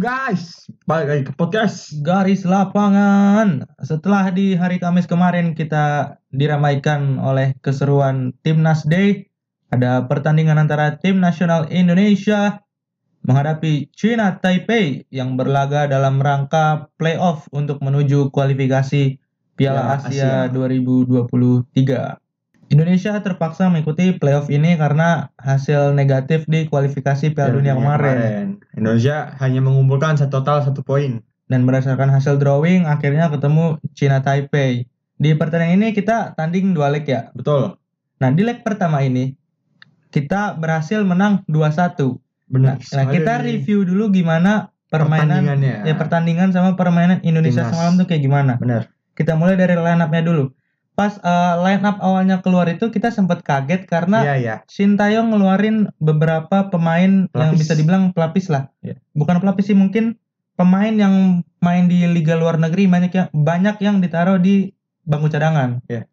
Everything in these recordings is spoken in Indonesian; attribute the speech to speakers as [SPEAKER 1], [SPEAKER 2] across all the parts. [SPEAKER 1] guys, balik lagi ke podcast.
[SPEAKER 2] Garis lapangan. Setelah di hari Kamis kemarin kita diramaikan oleh keseruan Timnas Day, ada pertandingan antara tim nasional Indonesia menghadapi China Taipei yang berlaga dalam rangka playoff untuk menuju kualifikasi
[SPEAKER 1] Piala
[SPEAKER 2] Piala Asia,
[SPEAKER 1] Asia.
[SPEAKER 2] 2023. Indonesia terpaksa mengikuti playoff ini karena hasil negatif di kualifikasi Piala Dunia kemarin.
[SPEAKER 1] Iya, Indonesia hanya mengumpulkan satu total satu poin.
[SPEAKER 2] dan berdasarkan hasil drawing akhirnya ketemu Cina Taipei. Di pertandingan ini kita tanding dua leg ya.
[SPEAKER 1] Betul.
[SPEAKER 2] Nah, di leg pertama ini kita berhasil menang 2-1. Nah,
[SPEAKER 1] Benar.
[SPEAKER 2] nah,
[SPEAKER 1] sekali.
[SPEAKER 2] kita review dulu gimana permainan
[SPEAKER 1] pertandingannya.
[SPEAKER 2] ya pertandingan sama permainan Indonesia
[SPEAKER 1] Timnas.
[SPEAKER 2] semalam tuh kayak gimana.
[SPEAKER 1] Benar.
[SPEAKER 2] Kita mulai dari line up-nya dulu. Pas eh, line up awalnya keluar itu kita sempat kaget karena
[SPEAKER 1] Iya, iya.
[SPEAKER 2] Sintayong ngeluarin beberapa pemain yang
[SPEAKER 1] Pelapis.
[SPEAKER 2] bisa dibilang pelapis lah.
[SPEAKER 1] Iya.
[SPEAKER 2] Bukan pelapis sih mungkin pemain yang main di liga luar negeri banyak yang banyak yang ditaruh di bangku cadangan.
[SPEAKER 1] Iya.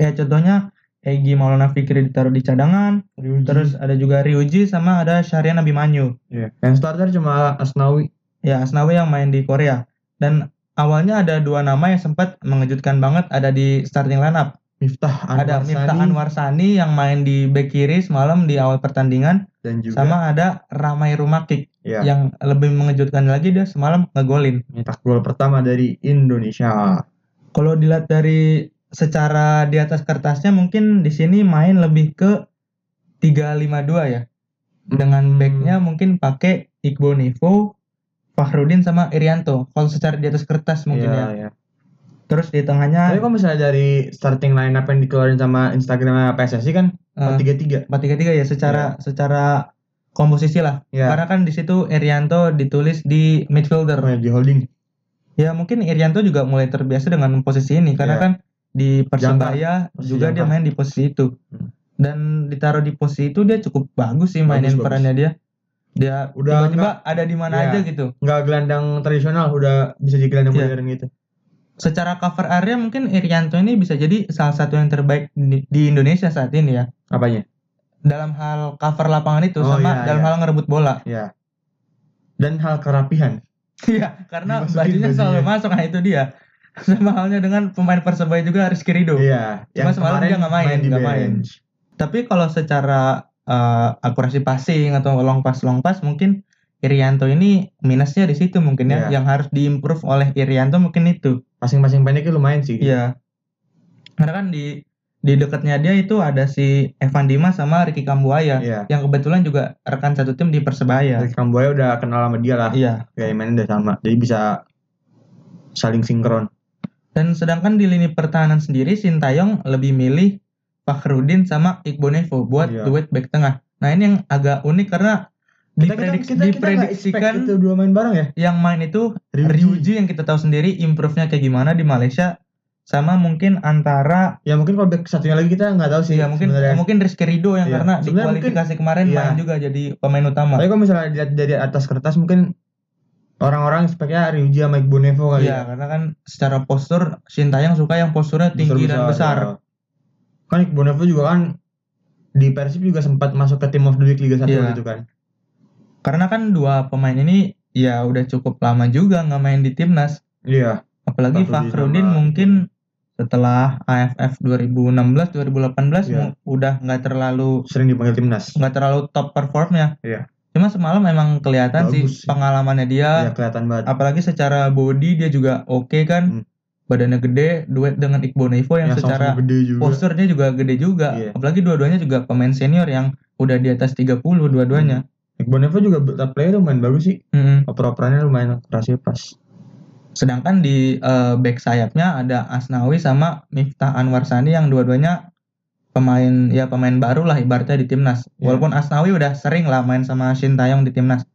[SPEAKER 2] Kayak contohnya Egy Maulana Fikri ditaruh di cadangan,
[SPEAKER 1] Hmm.
[SPEAKER 2] terus ada juga Ryuji sama ada Syahrian Abimanyu.
[SPEAKER 1] Iya. yang starter cuma Asnawi.
[SPEAKER 2] Ya, Asnawi yang main di Korea. Dan awalnya ada dua nama yang sempat mengejutkan banget ada di starting lineup.
[SPEAKER 1] Miftah Anwar
[SPEAKER 2] Ada Miftah
[SPEAKER 1] Sani,
[SPEAKER 2] Anwar Sani yang main di back kiri semalam di awal pertandingan
[SPEAKER 1] dan juga
[SPEAKER 2] sama ada Ramai Rumakik
[SPEAKER 1] ya,
[SPEAKER 2] yang lebih mengejutkan lagi dia semalam ngegolin.
[SPEAKER 1] mencetak gol pertama dari Indonesia.
[SPEAKER 2] Kalau dilihat dari secara di atas kertasnya mungkin di sini main lebih ke 352 ya. Dengan
[SPEAKER 1] Hmm.
[SPEAKER 2] backnya mungkin pakai Iqbal Nivo, Fahrudin sama Irianto. Kalau secara di atas kertas mungkin
[SPEAKER 1] Iya,
[SPEAKER 2] ya.
[SPEAKER 1] iya.
[SPEAKER 2] Terus di
[SPEAKER 1] Tapi
[SPEAKER 2] tengahnya
[SPEAKER 1] kalau misalnya dari starting line up yang dikeluarin sama Instagramnya PSSI kan
[SPEAKER 2] eh,
[SPEAKER 1] 4-3-3.
[SPEAKER 2] 433 ya secara secara komposisi lah.
[SPEAKER 1] Iya.
[SPEAKER 2] Karena kan di situ Irianto ditulis di midfielder.
[SPEAKER 1] Oh, ya, di holding.
[SPEAKER 2] Ya mungkin Irianto juga mulai terbiasa dengan posisi ini karena
[SPEAKER 1] Iya.
[SPEAKER 2] kan di Persebaya
[SPEAKER 1] Posisi
[SPEAKER 2] juga dia
[SPEAKER 1] jangkar.
[SPEAKER 2] main di posisi itu.
[SPEAKER 1] Hmm.
[SPEAKER 2] Dan ditaruh di posisi itu dia cukup bagus sih
[SPEAKER 1] Bagus,
[SPEAKER 2] mainin
[SPEAKER 1] bagus.
[SPEAKER 2] perannya dia. Dia
[SPEAKER 1] Udah
[SPEAKER 2] tiba-tiba ada di mana
[SPEAKER 1] Iya.
[SPEAKER 2] aja gitu.
[SPEAKER 1] nggak gelandang tradisional udah bisa jadi gelandang
[SPEAKER 2] Iya.
[SPEAKER 1] modern gitu
[SPEAKER 2] Secara cover area mungkin Irianto ini bisa jadi salah satu yang terbaik di, di Indonesia saat ini ya.
[SPEAKER 1] apanya
[SPEAKER 2] Dalam hal cover lapangan itu
[SPEAKER 1] Oh,
[SPEAKER 2] sama
[SPEAKER 1] iya,
[SPEAKER 2] dalam
[SPEAKER 1] iya.
[SPEAKER 2] hal ngerebut bola.
[SPEAKER 1] ya dan hal kerapihan
[SPEAKER 2] Iya, karena
[SPEAKER 1] Dimasukin
[SPEAKER 2] bajunya selalu
[SPEAKER 1] bajunya.
[SPEAKER 2] masuk nah itu dia. Sama halnya dengan pemain Persebaya juga Rizky Ridho.
[SPEAKER 1] iya
[SPEAKER 2] Cuma semalam dia nggak main,
[SPEAKER 1] di
[SPEAKER 2] nggak main.
[SPEAKER 1] bench.
[SPEAKER 2] Tapi kalau secara eh, akurasi passing atau long pass long pass mungkin Irianto ini minusnya di situ mungkin ya
[SPEAKER 1] Iya.
[SPEAKER 2] yang harus diimprove oleh Irianto mungkin itu.
[SPEAKER 1] masing-masing pendeknya lumayan sih
[SPEAKER 2] Iya. Karena kan di di dekatnya dia itu ada si Evan Dimas sama Ricky Kambuaya
[SPEAKER 1] iya
[SPEAKER 2] yang kebetulan juga rekan satu tim di Persebaya.
[SPEAKER 1] Dari Kamboya udah kenal sama dia lah
[SPEAKER 2] Iya.
[SPEAKER 1] gaya mainnya udah sama jadi bisa saling sinkron
[SPEAKER 2] Dan sedangkan di lini pertahanan sendiri Sintayong lebih milih Fakhrudin sama Iqbonevo buat
[SPEAKER 1] Iya.
[SPEAKER 2] duet back tengah. Nah, ini yang agak unik karena
[SPEAKER 1] nggak
[SPEAKER 2] dipredik-
[SPEAKER 1] expect
[SPEAKER 2] diprediksikan
[SPEAKER 1] itu dua main bareng ya
[SPEAKER 2] yang main itu Ryuji yang kita tahu sendiri improve-nya kayak gimana di Malaysia sama mungkin antara
[SPEAKER 1] ya mungkin kalau back satunya lagi kita nggak tahu sih
[SPEAKER 2] ya mungkin
[SPEAKER 1] sebenarnya.
[SPEAKER 2] mungkin Rizky Ridho yang
[SPEAKER 1] Iya.
[SPEAKER 2] karena di
[SPEAKER 1] Sebenarnya
[SPEAKER 2] kualifikasi kemarin
[SPEAKER 1] iya.
[SPEAKER 2] main juga jadi pemain utama.
[SPEAKER 1] tapi kalau misalnya dilihat dari atas kertas mungkin orang-orang speknya Ryuji sama Iqbal Nevo kali ya
[SPEAKER 2] Iya, karena kan secara postur Sintayong suka yang posturnya tinggi dan besar.
[SPEAKER 1] ya. Kan Iqbal Nevo juga kan di Persib juga sempat masuk ke tim of the week Liga 1
[SPEAKER 2] Iya.
[SPEAKER 1] gitu kan.
[SPEAKER 2] Karena kan dua pemain ini ya udah cukup lama juga nggak main di timnas.
[SPEAKER 1] Iya.
[SPEAKER 2] Apalagi
[SPEAKER 1] Fakhrudin
[SPEAKER 2] Fakhrudin
[SPEAKER 1] sama- iya.
[SPEAKER 2] mungkin setelah AFF 2016 2018
[SPEAKER 1] Iya.
[SPEAKER 2] mu- udah nggak terlalu
[SPEAKER 1] Sering dipanggil timnas.
[SPEAKER 2] nggak terlalu top performnya.
[SPEAKER 1] Iya.
[SPEAKER 2] Cuma semalam emang kelihatan
[SPEAKER 1] Bagus
[SPEAKER 2] sih
[SPEAKER 1] sih.
[SPEAKER 2] pengalamannya
[SPEAKER 1] Iya
[SPEAKER 2] dia,
[SPEAKER 1] kelihatan banget.
[SPEAKER 2] apalagi secara body dia juga oke kan.
[SPEAKER 1] Hmm. Iya,
[SPEAKER 2] Badannya gede, duet dengan Iqbal Nevo yang
[SPEAKER 1] sama-sama
[SPEAKER 2] secara
[SPEAKER 1] gede juga.
[SPEAKER 2] posturnya juga gede juga.
[SPEAKER 1] Iya.
[SPEAKER 2] Apalagi dua-duanya juga pemain senior yang udah di atas 30 dua-duanya.
[SPEAKER 1] Iqbal Nevo juga build-up player lumayan bagus sih.
[SPEAKER 2] Mm-mm.
[SPEAKER 1] Oper-operannya lumayan akurasi pas.
[SPEAKER 2] Sedangkan di eh, back sayapnya ada Asnawi sama Miftah Anwar Sani yang dua-duanya pemain ya pemain baru lah ibaratnya di timnas.
[SPEAKER 1] Iya.
[SPEAKER 2] Walaupun Asnawi udah sering lah main sama Shin Taeyong di timnas.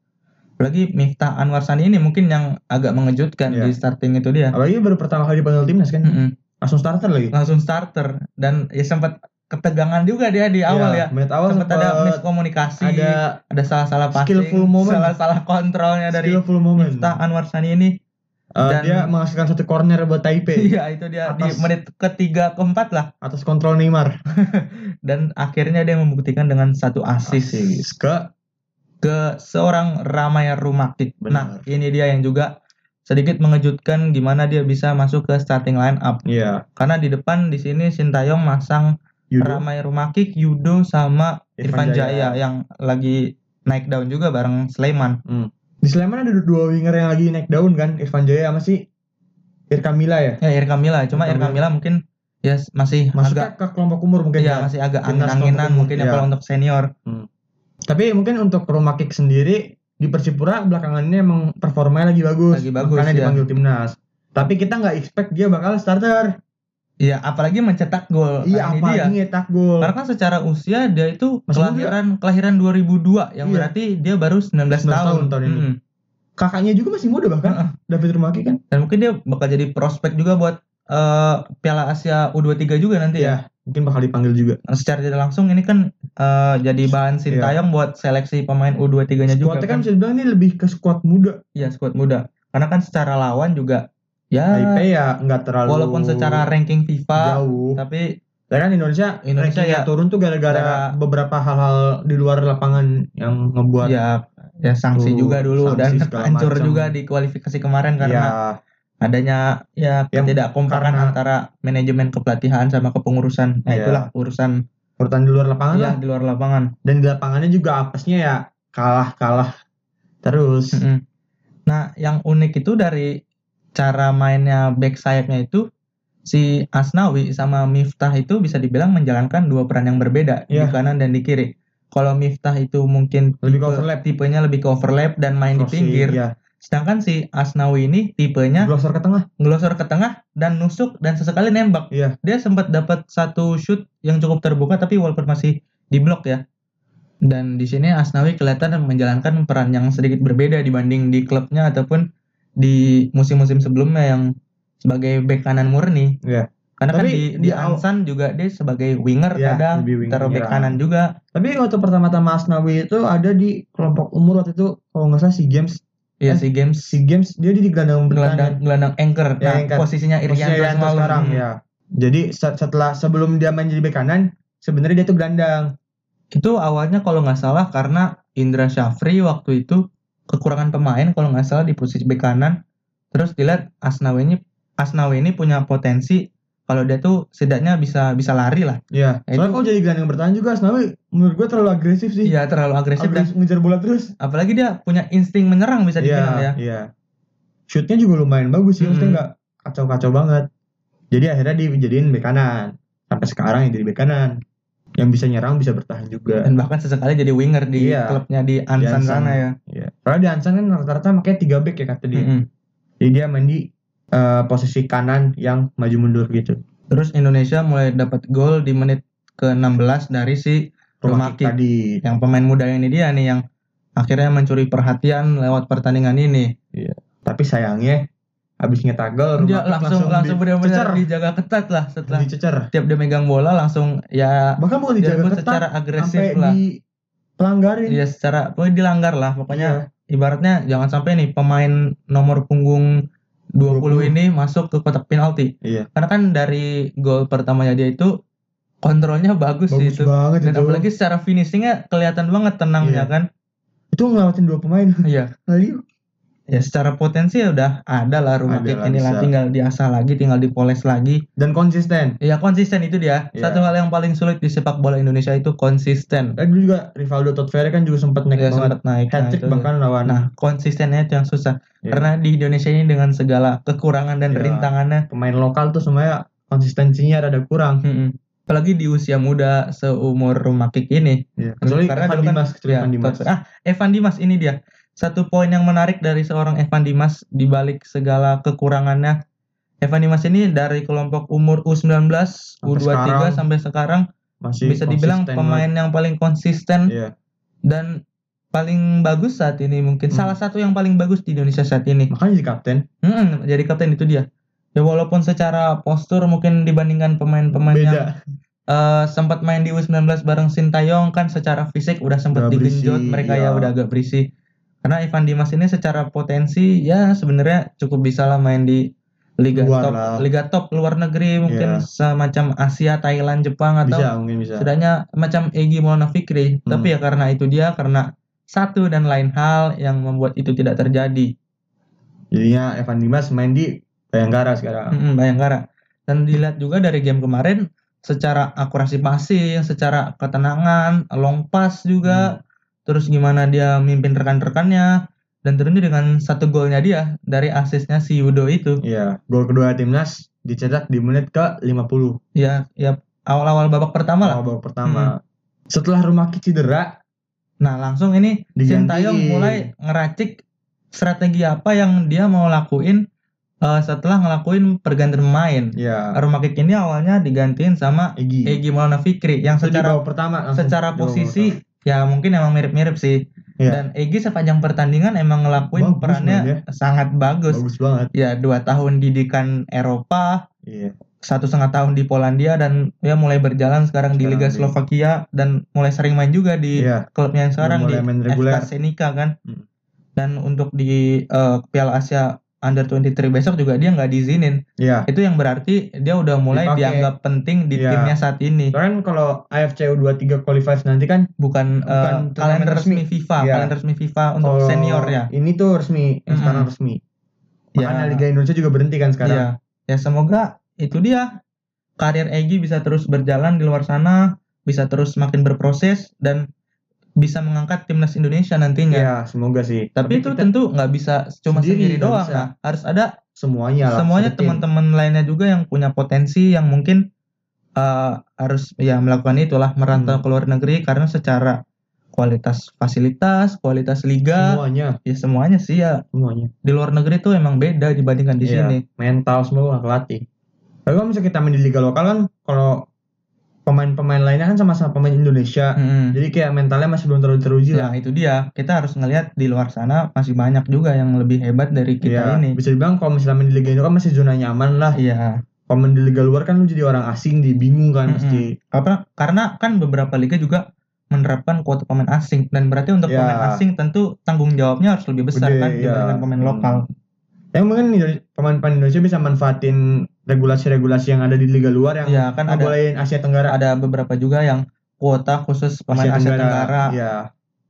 [SPEAKER 2] Apalagi Miftah Anwar Sani ini mungkin yang agak mengejutkan
[SPEAKER 1] Iya.
[SPEAKER 2] di starting itu dia.
[SPEAKER 1] Apalagi baru pertama kali dipanggil timnas kan.
[SPEAKER 2] Mm-mm.
[SPEAKER 1] Langsung starter lagi.
[SPEAKER 2] Langsung starter dan ya sempat ketegangan juga dia di awal
[SPEAKER 1] Iya,
[SPEAKER 2] ya.
[SPEAKER 1] Menit awal
[SPEAKER 2] Sempat
[SPEAKER 1] sempat
[SPEAKER 2] ada miskomunikasi,
[SPEAKER 1] ada
[SPEAKER 2] ada, salah-salah passing,
[SPEAKER 1] skillful moment.
[SPEAKER 2] salah-salah kontrolnya dari
[SPEAKER 1] skillful moment.
[SPEAKER 2] Miftah Anwar Sani ini.
[SPEAKER 1] Eh,
[SPEAKER 2] dan-
[SPEAKER 1] dia menghasilkan satu corner buat Taipei
[SPEAKER 2] Iya, itu dia
[SPEAKER 1] Atas-
[SPEAKER 2] di menit ketiga keempat lah.
[SPEAKER 1] atas kontrol Neymar.
[SPEAKER 2] dan akhirnya dia membuktikan dengan satu asis.
[SPEAKER 1] Asis ke
[SPEAKER 2] ke seorang Ramai Rumakik. Nah,
[SPEAKER 1] Benar.
[SPEAKER 2] ini dia yang juga sedikit mengejutkan gimana dia bisa masuk ke starting line up.
[SPEAKER 1] Iya.
[SPEAKER 2] Karena di depan di sini Sintayong masang
[SPEAKER 1] Yudo.
[SPEAKER 2] Ramai Rumakik, Yudo sama Irfan
[SPEAKER 1] Irfan
[SPEAKER 2] Jaya.
[SPEAKER 1] Jaya.
[SPEAKER 2] yang lagi naik daun juga bareng Sleman.
[SPEAKER 1] Di Sleman ada dua winger yang lagi naik daun kan, Irfan Jaya sama si Irka Mila ya.
[SPEAKER 2] Ya Irkam Mila, cuma Irkam
[SPEAKER 1] Irkam
[SPEAKER 2] Mila mungkin ya masih agak
[SPEAKER 1] Masuknya ke kelompok umur mungkin
[SPEAKER 2] Iya
[SPEAKER 1] kan?
[SPEAKER 2] masih agak
[SPEAKER 1] timnas
[SPEAKER 2] angin-anginan
[SPEAKER 1] kelompok
[SPEAKER 2] mungkin ya
[SPEAKER 1] umur,
[SPEAKER 2] kalau untuk senior.
[SPEAKER 1] Tapi mungkin untuk rumah kick sendiri di Persipura belakangan ini emang performanya lagi bagus.
[SPEAKER 2] Lagi bagus,
[SPEAKER 1] Makanya
[SPEAKER 2] ya.
[SPEAKER 1] dipanggil timnas. Tapi kita nggak expect dia bakal starter.
[SPEAKER 2] Iya apalagi mencetak gol. Nah,
[SPEAKER 1] iya
[SPEAKER 2] ini
[SPEAKER 1] apa
[SPEAKER 2] dia.
[SPEAKER 1] ini nyetak gol.
[SPEAKER 2] Karena kan secara usia dia itu
[SPEAKER 1] Masih
[SPEAKER 2] kelahiran kelahiran 2002 yang
[SPEAKER 1] Iya.
[SPEAKER 2] berarti dia baru
[SPEAKER 1] 19
[SPEAKER 2] 19 tahun.
[SPEAKER 1] tahun tahun ini.
[SPEAKER 2] Mm-mm.
[SPEAKER 1] Kakaknya juga masih muda bahkan
[SPEAKER 2] Heeh.
[SPEAKER 1] David Rumaki kan.
[SPEAKER 2] Dan mungkin dia bakal jadi prospek juga buat eh, Piala Asia U23 juga nanti
[SPEAKER 1] Iya.
[SPEAKER 2] ya.
[SPEAKER 1] Mungkin bakal dipanggil juga.
[SPEAKER 2] Nah, Secara tidak langsung ini kan eh, jadi bahan sintayong buat seleksi pemain U23-nya
[SPEAKER 1] Iya.
[SPEAKER 2] juga.
[SPEAKER 1] Squadnya kan bisa dibilang ini lebih ke squad muda.
[SPEAKER 2] Iya, squad muda. Karena kan secara lawan juga ya
[SPEAKER 1] Taipei ya nggak terlalu
[SPEAKER 2] walaupun secara ranking FIFA
[SPEAKER 1] jauh.
[SPEAKER 2] tapi
[SPEAKER 1] Ya kan Indonesia,
[SPEAKER 2] Indonesia
[SPEAKER 1] Indonesia
[SPEAKER 2] ya-
[SPEAKER 1] turun tuh gara-gara
[SPEAKER 2] gara-
[SPEAKER 1] beberapa hal-hal di luar lapangan yang ngebuat
[SPEAKER 2] ya ya sanksi
[SPEAKER 1] Tuh,
[SPEAKER 2] juga dulu dan
[SPEAKER 1] sanksi segala
[SPEAKER 2] hancur
[SPEAKER 1] macam.
[SPEAKER 2] juga di kualifikasi
[SPEAKER 1] ya,
[SPEAKER 2] kemarin karena adanya ya
[SPEAKER 1] Yang
[SPEAKER 2] tidak kompakan
[SPEAKER 1] karena-
[SPEAKER 2] antara manajemen kepelatihan sama kepengurusan nah
[SPEAKER 1] Iya.
[SPEAKER 2] itulah urusan
[SPEAKER 1] urutan di luar lapangan
[SPEAKER 2] ya
[SPEAKER 1] lah.
[SPEAKER 2] di luar lapangan
[SPEAKER 1] Dan di lapangannya juga apesnya ya kalah-kalah terus.
[SPEAKER 2] Mm-mm. nah yang unik itu dari cara mainnya back sayapnya itu si Asnawi sama Miftah itu bisa dibilang menjalankan dua peran yang berbeda di
[SPEAKER 1] Iya.
[SPEAKER 2] kanan dan di kiri kalau Miftah itu mungkin
[SPEAKER 1] Lebih ke
[SPEAKER 2] tipe-
[SPEAKER 1] overlap.
[SPEAKER 2] tipenya lebih ke overlap dan main di
[SPEAKER 1] Crossing,
[SPEAKER 2] pinggir Ya.
[SPEAKER 1] ya.
[SPEAKER 2] sedangkan si Asnawi ini tipenya
[SPEAKER 1] Glosor ke tengah.
[SPEAKER 2] ngelosor ke tengah dan nusuk dan sesekali nembak.
[SPEAKER 1] Iya.
[SPEAKER 2] Dia sempat dapat satu shoot yang cukup terbuka tapi walaupun masih diblok ya. Dan di sini Asnawi kelihatan menjalankan peran yang sedikit berbeda dibanding di klubnya ataupun di musim-musim sebelumnya yang sebagai bek kanan murni.
[SPEAKER 1] Iya.
[SPEAKER 2] Karena kan
[SPEAKER 1] Tapi
[SPEAKER 2] di,
[SPEAKER 1] di
[SPEAKER 2] di
[SPEAKER 1] aw-
[SPEAKER 2] Ansan juga dia sebagai winger
[SPEAKER 1] Iya,
[SPEAKER 2] kadang,
[SPEAKER 1] lebih winger.
[SPEAKER 2] taruh bek kanan juga.
[SPEAKER 1] Tapi waktu pertama-tama Asnawi itu ada di kelompok umur waktu itu kalau nggak salah si Games, Eh,
[SPEAKER 2] Ya si games
[SPEAKER 1] si Games dia di gelandang bertahan.
[SPEAKER 2] gelandang gelandang anchor.
[SPEAKER 1] Ya,
[SPEAKER 2] Nah,
[SPEAKER 1] Iya. anchor.
[SPEAKER 2] posisinya
[SPEAKER 1] Posisinya
[SPEAKER 2] Irianto
[SPEAKER 1] Irianto
[SPEAKER 2] semalam.
[SPEAKER 1] sekarang
[SPEAKER 2] Hmm.
[SPEAKER 1] ya. Jadi se- setelah sebelum dia main jadi bek kanan, sebenarnya dia tuh gelandang.
[SPEAKER 2] itu awalnya kalau nggak salah karena Indra Syafri waktu itu kekurangan pemain kalau nggak salah di posisi bek kanan terus dilihat Asnawi ini Asnawi ini punya potensi kalau dia tuh setidaknya bisa bisa lari lah
[SPEAKER 1] Iya.
[SPEAKER 2] Ya,
[SPEAKER 1] Soalnya
[SPEAKER 2] itu-
[SPEAKER 1] kalau jadi gelandang bertahan juga Asnawi menurut gue terlalu agresif sih.
[SPEAKER 2] iya terlalu agresif dan
[SPEAKER 1] Agresif ngejar bola terus.
[SPEAKER 2] apalagi dia punya insting menyerang bisa dibilang ya
[SPEAKER 1] Iya. Shootnya juga lumayan bagus sih, maksudnya
[SPEAKER 2] Hmm.
[SPEAKER 1] nggak kacau-kacau banget. Jadi akhirnya dijadiin bek kanan. Sampai sekarang yang jadi bek kanan. Yang bisa nyerang bisa bertahan juga.
[SPEAKER 2] dan bahkan sesekali jadi winger di
[SPEAKER 1] Iya.
[SPEAKER 2] klubnya di Ansan
[SPEAKER 1] Ansan.
[SPEAKER 2] sana ya
[SPEAKER 1] Iya. Soalnya di Ansan kan rata-rata makanya tiga back ya kata dia.
[SPEAKER 2] Mm-mm.
[SPEAKER 1] Jadi dia main di eh, posisi kanan yang maju mundur gitu.
[SPEAKER 2] terus Indonesia mulai dapat gol di menit ke-16 dari si Rumah
[SPEAKER 1] Rumah
[SPEAKER 2] kick.
[SPEAKER 1] kick tadi.
[SPEAKER 2] yang pemain muda ini dia nih yang akhirnya mencuri perhatian lewat pertandingan ini
[SPEAKER 1] Tapi sayangnya abis nyetak gol rumah
[SPEAKER 2] dia
[SPEAKER 1] kick
[SPEAKER 2] langsung langsung
[SPEAKER 1] dicecer.
[SPEAKER 2] benar-benar dijaga ketat lah setelah
[SPEAKER 1] dicecer.
[SPEAKER 2] tiap dia megang bola langsung ya
[SPEAKER 1] Bahkan bukan dijaga
[SPEAKER 2] direbut
[SPEAKER 1] ketat,
[SPEAKER 2] secara agresif
[SPEAKER 1] sampai
[SPEAKER 2] lah
[SPEAKER 1] di pelanggarin.
[SPEAKER 2] ya secara pokoknya dilanggar lah
[SPEAKER 1] Iya.
[SPEAKER 2] pokoknya ibaratnya jangan sampai nih pemain nomor punggung 20,
[SPEAKER 1] 20.
[SPEAKER 2] ini masuk ke kotak penalti
[SPEAKER 1] Iya.
[SPEAKER 2] karena kan dari gol pertamanya dia itu kontrolnya bagus, sih
[SPEAKER 1] bagus
[SPEAKER 2] Iya. itu
[SPEAKER 1] banget
[SPEAKER 2] dan
[SPEAKER 1] itu.
[SPEAKER 2] apalagi secara finishingnya kelihatan banget
[SPEAKER 1] Iya.
[SPEAKER 2] tenangnya kan
[SPEAKER 1] itu ngelawatin dua pemain.
[SPEAKER 2] iya
[SPEAKER 1] Lagi
[SPEAKER 2] ya secara potensi ya udah ada lah rumah
[SPEAKER 1] Ada
[SPEAKER 2] kick
[SPEAKER 1] lah,
[SPEAKER 2] ini lah
[SPEAKER 1] bisa.
[SPEAKER 2] tinggal diasah lagi tinggal dipoles lagi
[SPEAKER 1] dan konsisten.
[SPEAKER 2] ya konsisten itu dia
[SPEAKER 1] Iya.
[SPEAKER 2] satu hal yang paling sulit di sepak bola Indonesia itu konsisten
[SPEAKER 1] Dan dulu juga Rivaldo Todd Ferry kan juga sempat naik
[SPEAKER 2] ya
[SPEAKER 1] banget.
[SPEAKER 2] sempat naik
[SPEAKER 1] Hat
[SPEAKER 2] nah,
[SPEAKER 1] trick
[SPEAKER 2] itu dia.
[SPEAKER 1] bahkan lawan
[SPEAKER 2] nah konsistennya itu yang susah
[SPEAKER 1] Iya.
[SPEAKER 2] karena di Indonesia ini dengan segala kekurangan dan
[SPEAKER 1] Iya.
[SPEAKER 2] rintangannya
[SPEAKER 1] pemain lokal tuh semuanya konsistensinya rada kurang.
[SPEAKER 2] mm-mm. apalagi di usia muda seumur rumah kick ini
[SPEAKER 1] Iya. Kecuali
[SPEAKER 2] Karena
[SPEAKER 1] Evan
[SPEAKER 2] dulu kan-
[SPEAKER 1] Dimas, kecuali
[SPEAKER 2] Ya,
[SPEAKER 1] Evan Dimas.
[SPEAKER 2] Tot- ah Evan Dimas ini dia satu poin yang menarik dari seorang Evan Dimas di balik segala kekurangannya Evan Dimas ini dari kelompok umur U19 U23
[SPEAKER 1] sekarang.
[SPEAKER 2] sampai sekarang
[SPEAKER 1] Masih
[SPEAKER 2] bisa dibilang
[SPEAKER 1] konsisten
[SPEAKER 2] pemain yang paling
[SPEAKER 1] banget.
[SPEAKER 2] konsisten
[SPEAKER 1] Iya.
[SPEAKER 2] dan paling bagus saat ini mungkin
[SPEAKER 1] Hmm.
[SPEAKER 2] salah satu yang paling bagus di Indonesia saat ini
[SPEAKER 1] Makanya jadi kapten.
[SPEAKER 2] Mm-mm, jadi kapten itu dia ya walaupun secara postur mungkin dibandingkan pemain-pemain yang
[SPEAKER 1] Beda.
[SPEAKER 2] eh, sempat main di U19 bareng Sintayong kan secara fisik udah sempat
[SPEAKER 1] Udah
[SPEAKER 2] digenjot
[SPEAKER 1] berisi,
[SPEAKER 2] mereka ya
[SPEAKER 1] iya.
[SPEAKER 2] udah agak berisi karena Ivan Dimas ini secara potensi ya sebenarnya cukup bisa lah main di liga
[SPEAKER 1] Luar
[SPEAKER 2] top
[SPEAKER 1] lah.
[SPEAKER 2] liga top luar negeri mungkin
[SPEAKER 1] Iya.
[SPEAKER 2] semacam Asia Thailand Jepang atau
[SPEAKER 1] Bisa mungkin bisa.
[SPEAKER 2] setidaknya macam Egy Maulana Fikri
[SPEAKER 1] Iya. Hmm.
[SPEAKER 2] tapi ya karena itu dia karena satu dan lain hal yang membuat itu tidak terjadi.
[SPEAKER 1] Jadinya Evan Dimas main di Bayangkara sekarang.
[SPEAKER 2] Mm-mm, Hmm, Bayangkara. Dan dilihat juga dari game kemarin secara akurasi passing, secara ketenangan, long pass juga, terus gimana dia mimpin rekan-rekannya dan tentunya dengan satu golnya dia dari asisnya si Yudo itu.
[SPEAKER 1] Iya, gol kedua timnas dicetak di menit ke 50.
[SPEAKER 2] Ya, ya awal-awal babak pertama lah.
[SPEAKER 1] Awal babak pertama. Hmm. Setelah Rumaki cedera,
[SPEAKER 2] Nah, langsung ini Sintayong
[SPEAKER 1] Digantiin.
[SPEAKER 2] mulai ngeracik strategi apa yang dia mau lakuin eh, setelah ngelakuin pergantian pemain.
[SPEAKER 1] ya
[SPEAKER 2] Rumakik ini awalnya digantiin sama
[SPEAKER 1] Egi.
[SPEAKER 2] Egi Maulana Fikri yang
[SPEAKER 1] Itu di
[SPEAKER 2] secara
[SPEAKER 1] babak pertama langsung.
[SPEAKER 2] secara
[SPEAKER 1] Di babak
[SPEAKER 2] posisi ya mungkin emang mirip-mirip sih.
[SPEAKER 1] Iya.
[SPEAKER 2] Dan Egi sepanjang pertandingan emang
[SPEAKER 1] Bagus
[SPEAKER 2] ngelakuin perannya sangat
[SPEAKER 1] pertama.
[SPEAKER 2] bagus.
[SPEAKER 1] bagus banget.
[SPEAKER 2] Ya dua tahun didikan Eropa,
[SPEAKER 1] Iya.
[SPEAKER 2] satu setengah tahun di Polandia dan ya mulai berjalan sekarang di
[SPEAKER 1] Sekarang
[SPEAKER 2] Liga
[SPEAKER 1] di-
[SPEAKER 2] Slovakia dan mulai sering main juga di
[SPEAKER 1] Iya.
[SPEAKER 2] klubnya yang sekarang di
[SPEAKER 1] mulai main reguler.
[SPEAKER 2] FK Senika kan.
[SPEAKER 1] Hmm.
[SPEAKER 2] Dan untuk di eh, Piala Asia Under 23 besok juga dia nggak diizinin.
[SPEAKER 1] Iya.
[SPEAKER 2] Itu yang berarti dia udah mulai
[SPEAKER 1] Dipakai.
[SPEAKER 2] dianggap penting di
[SPEAKER 1] Iya.
[SPEAKER 2] timnya saat ini,
[SPEAKER 1] Soalnya kan kalau AFC U23 qualifies nanti kan
[SPEAKER 2] bukan, eh,
[SPEAKER 1] Bukan turnamen
[SPEAKER 2] kalender resmi
[SPEAKER 1] resmi.
[SPEAKER 2] FIFA,
[SPEAKER 1] Iya.
[SPEAKER 2] kalender resmi FIFA untuk
[SPEAKER 1] kalau
[SPEAKER 2] senior ya.
[SPEAKER 1] Ini tuh resmi, yang
[SPEAKER 2] Mm-mm.
[SPEAKER 1] sekarang resmi. Makanya
[SPEAKER 2] Ya.
[SPEAKER 1] Liga Indonesia juga berhenti kan
[SPEAKER 2] Iya.
[SPEAKER 1] sekarang.
[SPEAKER 2] Ya semoga itu dia karir Egi bisa terus berjalan di luar sana, bisa terus makin berproses dan bisa mengangkat timnas Indonesia nantinya.
[SPEAKER 1] Iya, semoga sih.
[SPEAKER 2] Tapi, itu
[SPEAKER 1] kita
[SPEAKER 2] tentu nggak bisa cuma
[SPEAKER 1] Sendiri,
[SPEAKER 2] sendiri,
[SPEAKER 1] nggak
[SPEAKER 2] doang.
[SPEAKER 1] bisa.
[SPEAKER 2] Nah, harus ada
[SPEAKER 1] semuanya lah.
[SPEAKER 2] semuanya
[SPEAKER 1] satu tim.
[SPEAKER 2] teman-teman lainnya juga yang punya potensi yang mungkin eh, harus ya melakukan itulah merantau
[SPEAKER 1] Hmm.
[SPEAKER 2] ke luar negeri karena secara kualitas fasilitas, kualitas liga,
[SPEAKER 1] semuanya,
[SPEAKER 2] ya semuanya sih ya
[SPEAKER 1] semuanya.
[SPEAKER 2] di luar negeri tuh emang beda dibandingkan di
[SPEAKER 1] Iya.
[SPEAKER 2] sini.
[SPEAKER 1] Mental semua nggak kelatih. Tapi kalau misalnya kita main di liga lokal kan kalau pemain-pemain lainnya kan sama-sama pemain Indonesia.
[SPEAKER 2] Mm-mm.
[SPEAKER 1] Jadi kayak mentalnya masih belum terlalu teruji lah.
[SPEAKER 2] Nah, itu dia. Kita harus ngelihat di luar sana masih banyak juga yang lebih hebat dari kita
[SPEAKER 1] Iya,
[SPEAKER 2] ini.
[SPEAKER 1] Bisa dibilang kalau misalnya main di liga Indo kan masih zona nyaman lah.
[SPEAKER 2] Iya.
[SPEAKER 1] Kalau main di liga luar kan lu jadi orang asing, di bingung kan
[SPEAKER 2] Mm-mm.
[SPEAKER 1] mesti.
[SPEAKER 2] Apa? Karena kan beberapa liga juga menerapkan kuota pemain asing dan berarti untuk
[SPEAKER 1] Iya.
[SPEAKER 2] pemain asing tentu tanggung jawabnya harus lebih besar
[SPEAKER 1] Gede,
[SPEAKER 2] kan
[SPEAKER 1] iya.
[SPEAKER 2] dibandingkan pemain
[SPEAKER 1] Hmm.
[SPEAKER 2] lokal.
[SPEAKER 1] Yang mungkin Indo- pemain-pemain Indonesia bisa manfaatin regulasi-regulasi yang ada di liga luar yang
[SPEAKER 2] Iya, kan ada
[SPEAKER 1] ngebolehin Asia Tenggara.
[SPEAKER 2] ada beberapa juga yang kuota khusus pemain Asia, Tenggara.
[SPEAKER 1] Iya.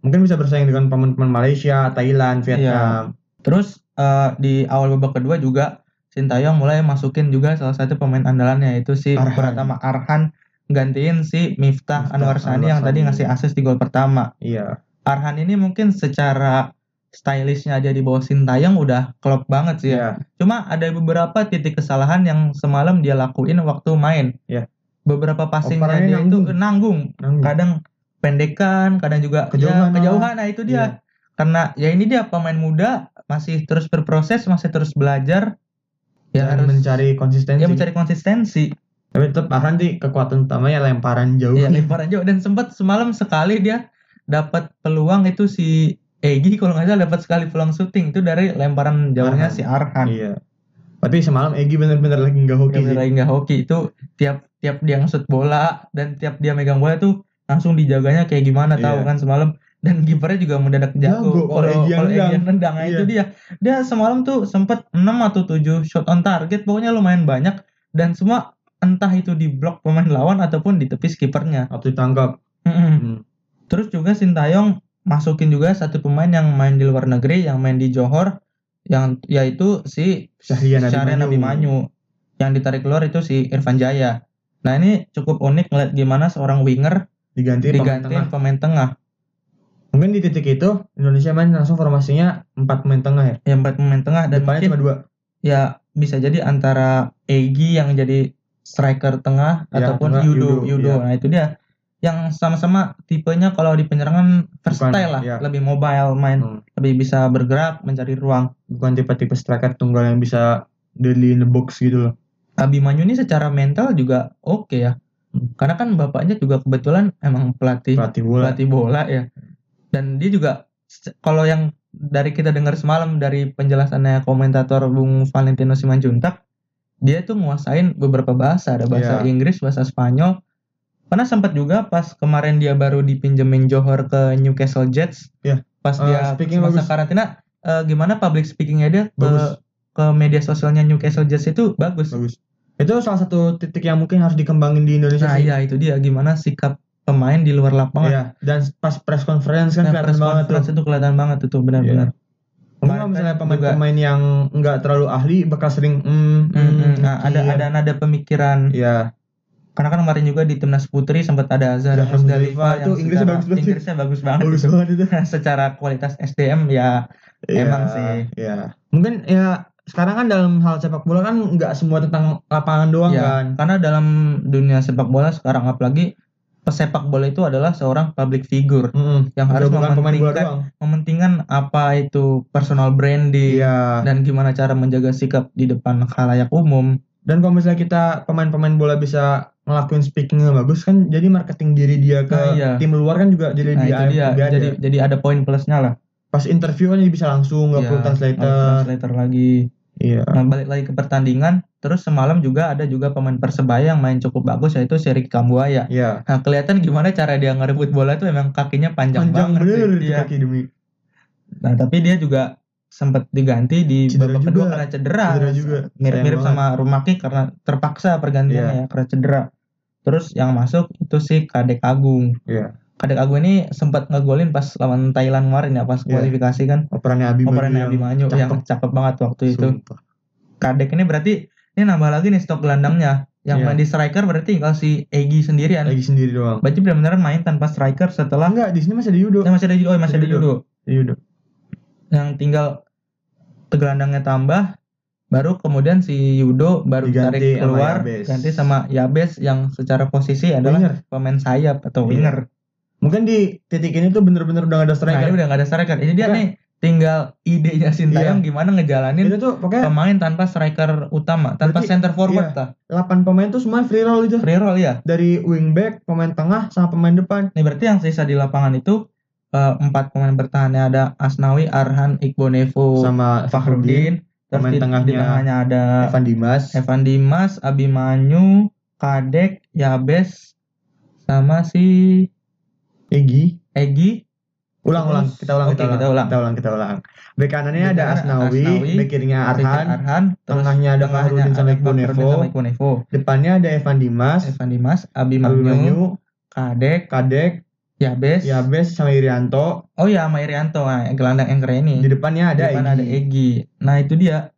[SPEAKER 1] Mungkin bisa bersaing dengan pemain-pemain Malaysia,
[SPEAKER 2] Iya.
[SPEAKER 1] Thailand, Vietnam.
[SPEAKER 2] Terus eh, di awal babak kedua juga Sintayong mulai masukin juga salah satu pemain andalannya yaitu si
[SPEAKER 1] Arhan.
[SPEAKER 2] Pratama Arhan gantiin si Miftah,
[SPEAKER 1] Miftah
[SPEAKER 2] Anwar Sani yang
[SPEAKER 1] Anwar
[SPEAKER 2] tadi
[SPEAKER 1] Sani.
[SPEAKER 2] ngasih assist di gol pertama.
[SPEAKER 1] Iya.
[SPEAKER 2] Arhan ini mungkin secara stylishnya aja di bawah Sintayong udah klop banget sih ya.
[SPEAKER 1] Iya.
[SPEAKER 2] Cuma ada beberapa titik kesalahan yang semalam dia lakuin waktu main.
[SPEAKER 1] Iya.
[SPEAKER 2] Beberapa passingnya
[SPEAKER 1] Operannya
[SPEAKER 2] dia itu nanggung,
[SPEAKER 1] Nanggung.
[SPEAKER 2] kadang pendekan, kadang juga ya,
[SPEAKER 1] Hmm. Kejauhan oh. Iya. malah.
[SPEAKER 2] kejauhan. Nah, itu dia. Karena ya ini dia pemain muda masih terus berproses, masih terus belajar. Ya
[SPEAKER 1] Dan
[SPEAKER 2] harus
[SPEAKER 1] Iya, mencari konsistensi.
[SPEAKER 2] ya mencari konsistensi.
[SPEAKER 1] Tapi tetap Arhan sih kekuatan utamanya lemparan jauh.
[SPEAKER 2] Ya lemparan jauh dan sempat semalam sekali dia dapat peluang itu si Egi kalau nggak salah dapat sekali peluang syuting itu dari lemparan jauhnya
[SPEAKER 1] Arhan.
[SPEAKER 2] si Arhan.
[SPEAKER 1] Iya. Tapi semalam Egy bener-bener lagi nggak hoki
[SPEAKER 2] Bener-bener
[SPEAKER 1] sih.
[SPEAKER 2] lagi nggak hoki itu tiap tiap dia ngesut bola dan tiap dia megang bola tuh langsung dijaganya kayak gimana tahu
[SPEAKER 1] Iya.
[SPEAKER 2] kan semalam dan kipernya juga mendadak
[SPEAKER 1] Jago,
[SPEAKER 2] jago
[SPEAKER 1] kalau
[SPEAKER 2] kalau
[SPEAKER 1] Egy yang Iya.
[SPEAKER 2] kalau Egy
[SPEAKER 1] nendang.
[SPEAKER 2] yang nendang Nah, itu dia dia semalam tuh sempet 6 atau 7 shot on target pokoknya lumayan banyak dan semua entah itu di blok pemain lawan ataupun di tepi kipernya
[SPEAKER 1] Waktu ditangkap.
[SPEAKER 2] Mm-mm.
[SPEAKER 1] Hmm.
[SPEAKER 2] terus juga Sintayong masukin juga satu pemain yang main di luar negeri yang main di Johor yang yaitu si
[SPEAKER 1] Syahrian Abimanyu.
[SPEAKER 2] Syahrian Abimanyu. Yang ditarik keluar itu si Irfan Jaya. Nah ini cukup unik ngeliat gimana seorang winger
[SPEAKER 1] Diganti pemain
[SPEAKER 2] diganti
[SPEAKER 1] tengah.
[SPEAKER 2] pemain tengah.
[SPEAKER 1] Mungkin di titik itu Indonesia main langsung formasinya 4 pemain tengah ya.
[SPEAKER 2] Yang empat pemain tengah dan
[SPEAKER 1] Depannya
[SPEAKER 2] mungkin
[SPEAKER 1] cuma dua.
[SPEAKER 2] ya bisa jadi antara Egi yang jadi striker tengah
[SPEAKER 1] Ya,
[SPEAKER 2] ataupun
[SPEAKER 1] tengah, Yudo,
[SPEAKER 2] Yudo.
[SPEAKER 1] iya.
[SPEAKER 2] Yudo. Nah itu dia yang sama-sama tipenya kalau di penyerangan versatile lah,
[SPEAKER 1] ya.
[SPEAKER 2] lebih mobile main,
[SPEAKER 1] Hmm.
[SPEAKER 2] lebih bisa bergerak, mencari ruang.
[SPEAKER 1] Bukan tipe-tipe striker tunggal yang bisa deadly in the box gitu loh.
[SPEAKER 2] Abimanyu ini secara mental juga oke ya.
[SPEAKER 1] Hmm.
[SPEAKER 2] Karena kan bapaknya juga kebetulan emang pelatih
[SPEAKER 1] Pelatih bola.
[SPEAKER 2] Iya. pelatih bola ya. Dan dia juga se- kalau yang dari kita dengar semalam dari penjelasannya komentator Bung Valentino Simanjuntak, dia tuh nguasain beberapa bahasa, ada bahasa
[SPEAKER 1] Iya.
[SPEAKER 2] Inggris, bahasa Spanyol. Pernah sempat juga pas kemarin dia baru dipinjemin Johor ke Newcastle Jets.
[SPEAKER 1] Iya.
[SPEAKER 2] Pas
[SPEAKER 1] Eh,
[SPEAKER 2] dia
[SPEAKER 1] speaking
[SPEAKER 2] masa
[SPEAKER 1] bagus.
[SPEAKER 2] karantina eh, gimana public speakingnya dia ke
[SPEAKER 1] Bagus.
[SPEAKER 2] ke media sosialnya Newcastle Jets itu bagus.
[SPEAKER 1] Bagus. Itu salah satu titik yang mungkin harus dikembangin di Indonesia
[SPEAKER 2] Nah,
[SPEAKER 1] sih.
[SPEAKER 2] iya itu dia gimana sikap pemain di luar lapangan.
[SPEAKER 1] Iya, dan pas press conference kan
[SPEAKER 2] Nah,
[SPEAKER 1] kelihatan banget
[SPEAKER 2] press
[SPEAKER 1] tuh. Iya.
[SPEAKER 2] conference Nah, itu kelihatan banget itu benar-benar.
[SPEAKER 1] Mungkin kalau misalnya pemain-pemain yang nggak terlalu ahli bakal sering mm,
[SPEAKER 2] Mm, mm. Nah,
[SPEAKER 1] mikir.
[SPEAKER 2] ada ada nada pemikiran.
[SPEAKER 1] Iya,
[SPEAKER 2] Karena kan kemarin juga di timnas putri sempat ada Zahra
[SPEAKER 1] Zahra Muzdalifah,
[SPEAKER 2] Muzdalifah
[SPEAKER 1] Ya, itu
[SPEAKER 2] yang
[SPEAKER 1] Inggrisnya bagus
[SPEAKER 2] secara-
[SPEAKER 1] banget sih.
[SPEAKER 2] Inggrisnya bagus banget.
[SPEAKER 1] bagus banget itu.
[SPEAKER 2] secara kualitas SDM ya Emang
[SPEAKER 1] Iya,
[SPEAKER 2] sih.
[SPEAKER 1] Iya. Mungkin ya sekarang kan dalam hal sepak bola kan nggak semua tentang lapangan doang
[SPEAKER 2] Iya.
[SPEAKER 1] kan.
[SPEAKER 2] karena dalam dunia sepak bola sekarang apalagi pesepak bola itu adalah seorang public figure
[SPEAKER 1] Mm-mm.
[SPEAKER 2] yang harus
[SPEAKER 1] Udah bukan pemain bola
[SPEAKER 2] mementingkan
[SPEAKER 1] doang.
[SPEAKER 2] mementingkan apa itu personal branding
[SPEAKER 1] Iya.
[SPEAKER 2] dan gimana cara menjaga sikap di depan khalayak umum
[SPEAKER 1] Dan kalau misalnya kita pemain-pemain bola bisa ngelakuin speaking yang bagus kan jadi marketing diri dia ke
[SPEAKER 2] Nah, iya.
[SPEAKER 1] tim luar kan juga jadi dia,
[SPEAKER 2] nah itu dia
[SPEAKER 1] lebih ada.
[SPEAKER 2] jadi jadi ada poin plusnya lah
[SPEAKER 1] pas interview kan jadi bisa langsung nggak
[SPEAKER 2] Iya,
[SPEAKER 1] perlu
[SPEAKER 2] nggak perlu
[SPEAKER 1] translator.
[SPEAKER 2] translator lagi
[SPEAKER 1] Iya.
[SPEAKER 2] nah balik lagi ke pertandingan terus semalam juga ada juga pemain persebaya yang main cukup bagus yaitu Serik Kambuaya
[SPEAKER 1] Iya.
[SPEAKER 2] nah kelihatan gimana cara dia ngerebut bola itu emang kakinya panjang,
[SPEAKER 1] Panjang
[SPEAKER 2] banget
[SPEAKER 1] bener
[SPEAKER 2] sih.
[SPEAKER 1] itu
[SPEAKER 2] Iya.
[SPEAKER 1] kaki demi.
[SPEAKER 2] Nah, tapi dia juga sempat diganti di
[SPEAKER 1] Cedera
[SPEAKER 2] babak
[SPEAKER 1] juga.
[SPEAKER 2] kedua karena cedera.
[SPEAKER 1] Cedera juga.
[SPEAKER 2] Mirip-mirip
[SPEAKER 1] Sayang Iya.
[SPEAKER 2] sama Rumaki karena terpaksa pergantiannya ya karena cedera. Terus yang masuk itu si Kadek Agung.
[SPEAKER 1] Iya.
[SPEAKER 2] Kadek Agung ini sempat ngegolin pas lawan Thailand kemarin ya pas
[SPEAKER 1] Iya.
[SPEAKER 2] kualifikasi kan.
[SPEAKER 1] Operannya Abi
[SPEAKER 2] Operannya Abimanyu yang
[SPEAKER 1] cakep.
[SPEAKER 2] cakep banget waktu itu.
[SPEAKER 1] Sumpah.
[SPEAKER 2] Kadek ini berarti ini nambah lagi nih stok gelandangnya. Yang
[SPEAKER 1] Iya.
[SPEAKER 2] main di striker berarti kalau si Egi sendirian.
[SPEAKER 1] Kan lagi sendiri doang.
[SPEAKER 2] Berarti benar-benar main tanpa striker
[SPEAKER 1] Ah,
[SPEAKER 2] setelah
[SPEAKER 1] enggak, di sini masih ada Yudo.
[SPEAKER 2] Eh, masih ada oh, masih ada
[SPEAKER 1] Yudo.
[SPEAKER 2] Yudo.
[SPEAKER 1] Yudo.
[SPEAKER 2] yang tinggal tegelandangnya tambah baru kemudian si Yudo baru
[SPEAKER 1] Diganti
[SPEAKER 2] tarik
[SPEAKER 1] sama
[SPEAKER 2] keluar
[SPEAKER 1] Yabes.
[SPEAKER 2] ganti sama Yabes yang secara posisi adalah
[SPEAKER 1] Winger.
[SPEAKER 2] pemain sayap atau
[SPEAKER 1] Iya.
[SPEAKER 2] winger.
[SPEAKER 1] Mungkin di titik ini tuh bener-bener udah gak ada
[SPEAKER 2] Nah, ini
[SPEAKER 1] striker. Iya.
[SPEAKER 2] udah gak ada striker. Jadi dia
[SPEAKER 1] Bukan.
[SPEAKER 2] nih tinggal idenya
[SPEAKER 1] Iya.
[SPEAKER 2] Sintayong gimana ngejalanin
[SPEAKER 1] itu tuh pokoknya
[SPEAKER 2] pemain tanpa striker utama, tanpa
[SPEAKER 1] Berarti- iya.
[SPEAKER 2] center forward lah.
[SPEAKER 1] 8 pemain tuh semua free roll itu.
[SPEAKER 2] Free roll ya.
[SPEAKER 1] Dari wingback, pemain tengah, sama pemain depan.
[SPEAKER 2] Nih berarti yang sisa di lapangan itu eh, empat pemain bertahannya ada Asnawi, Arhan, Iqbonevo,
[SPEAKER 1] Sama Fakhrudin,
[SPEAKER 2] Fakhrudin, terus
[SPEAKER 1] pemain
[SPEAKER 2] di, di
[SPEAKER 1] tengahnya
[SPEAKER 2] tengahnya ada
[SPEAKER 1] Evan Dimas.
[SPEAKER 2] Evan Dimas, Abimanyu, Kadek, Yabes, sama si
[SPEAKER 1] Egi.
[SPEAKER 2] Egi.
[SPEAKER 1] Ulang-ulang,
[SPEAKER 2] Terus-
[SPEAKER 1] kita ulang,
[SPEAKER 2] oke, kita
[SPEAKER 1] kita
[SPEAKER 2] ulang.
[SPEAKER 1] ulang. Kita ulang, kita ulang. Bek kanannya
[SPEAKER 2] Bek
[SPEAKER 1] ada
[SPEAKER 2] kanan
[SPEAKER 1] Asnawi,
[SPEAKER 2] Asnawi,
[SPEAKER 1] bek kirinya
[SPEAKER 2] Arhan,
[SPEAKER 1] Arhan,
[SPEAKER 2] Arhan terus
[SPEAKER 1] tengahnya ada Fakhrudin sama
[SPEAKER 2] ada
[SPEAKER 1] Iqbal
[SPEAKER 2] Fakhrudin
[SPEAKER 1] Nevo.
[SPEAKER 2] sama Iqbal Nevo.
[SPEAKER 1] depannya ada Evan Dimas,
[SPEAKER 2] Evan Dimas, Abimanyu,
[SPEAKER 1] Abimanyu,
[SPEAKER 2] Kadek,
[SPEAKER 1] Kadek,
[SPEAKER 2] Yabes.
[SPEAKER 1] Yabes, sama Irianto.
[SPEAKER 2] Oh ya, sama Irianto, nah, gelandang yang keren ini.
[SPEAKER 1] Di depannya ada
[SPEAKER 2] depan
[SPEAKER 1] Egi.
[SPEAKER 2] ada Egi. Nah, itu dia.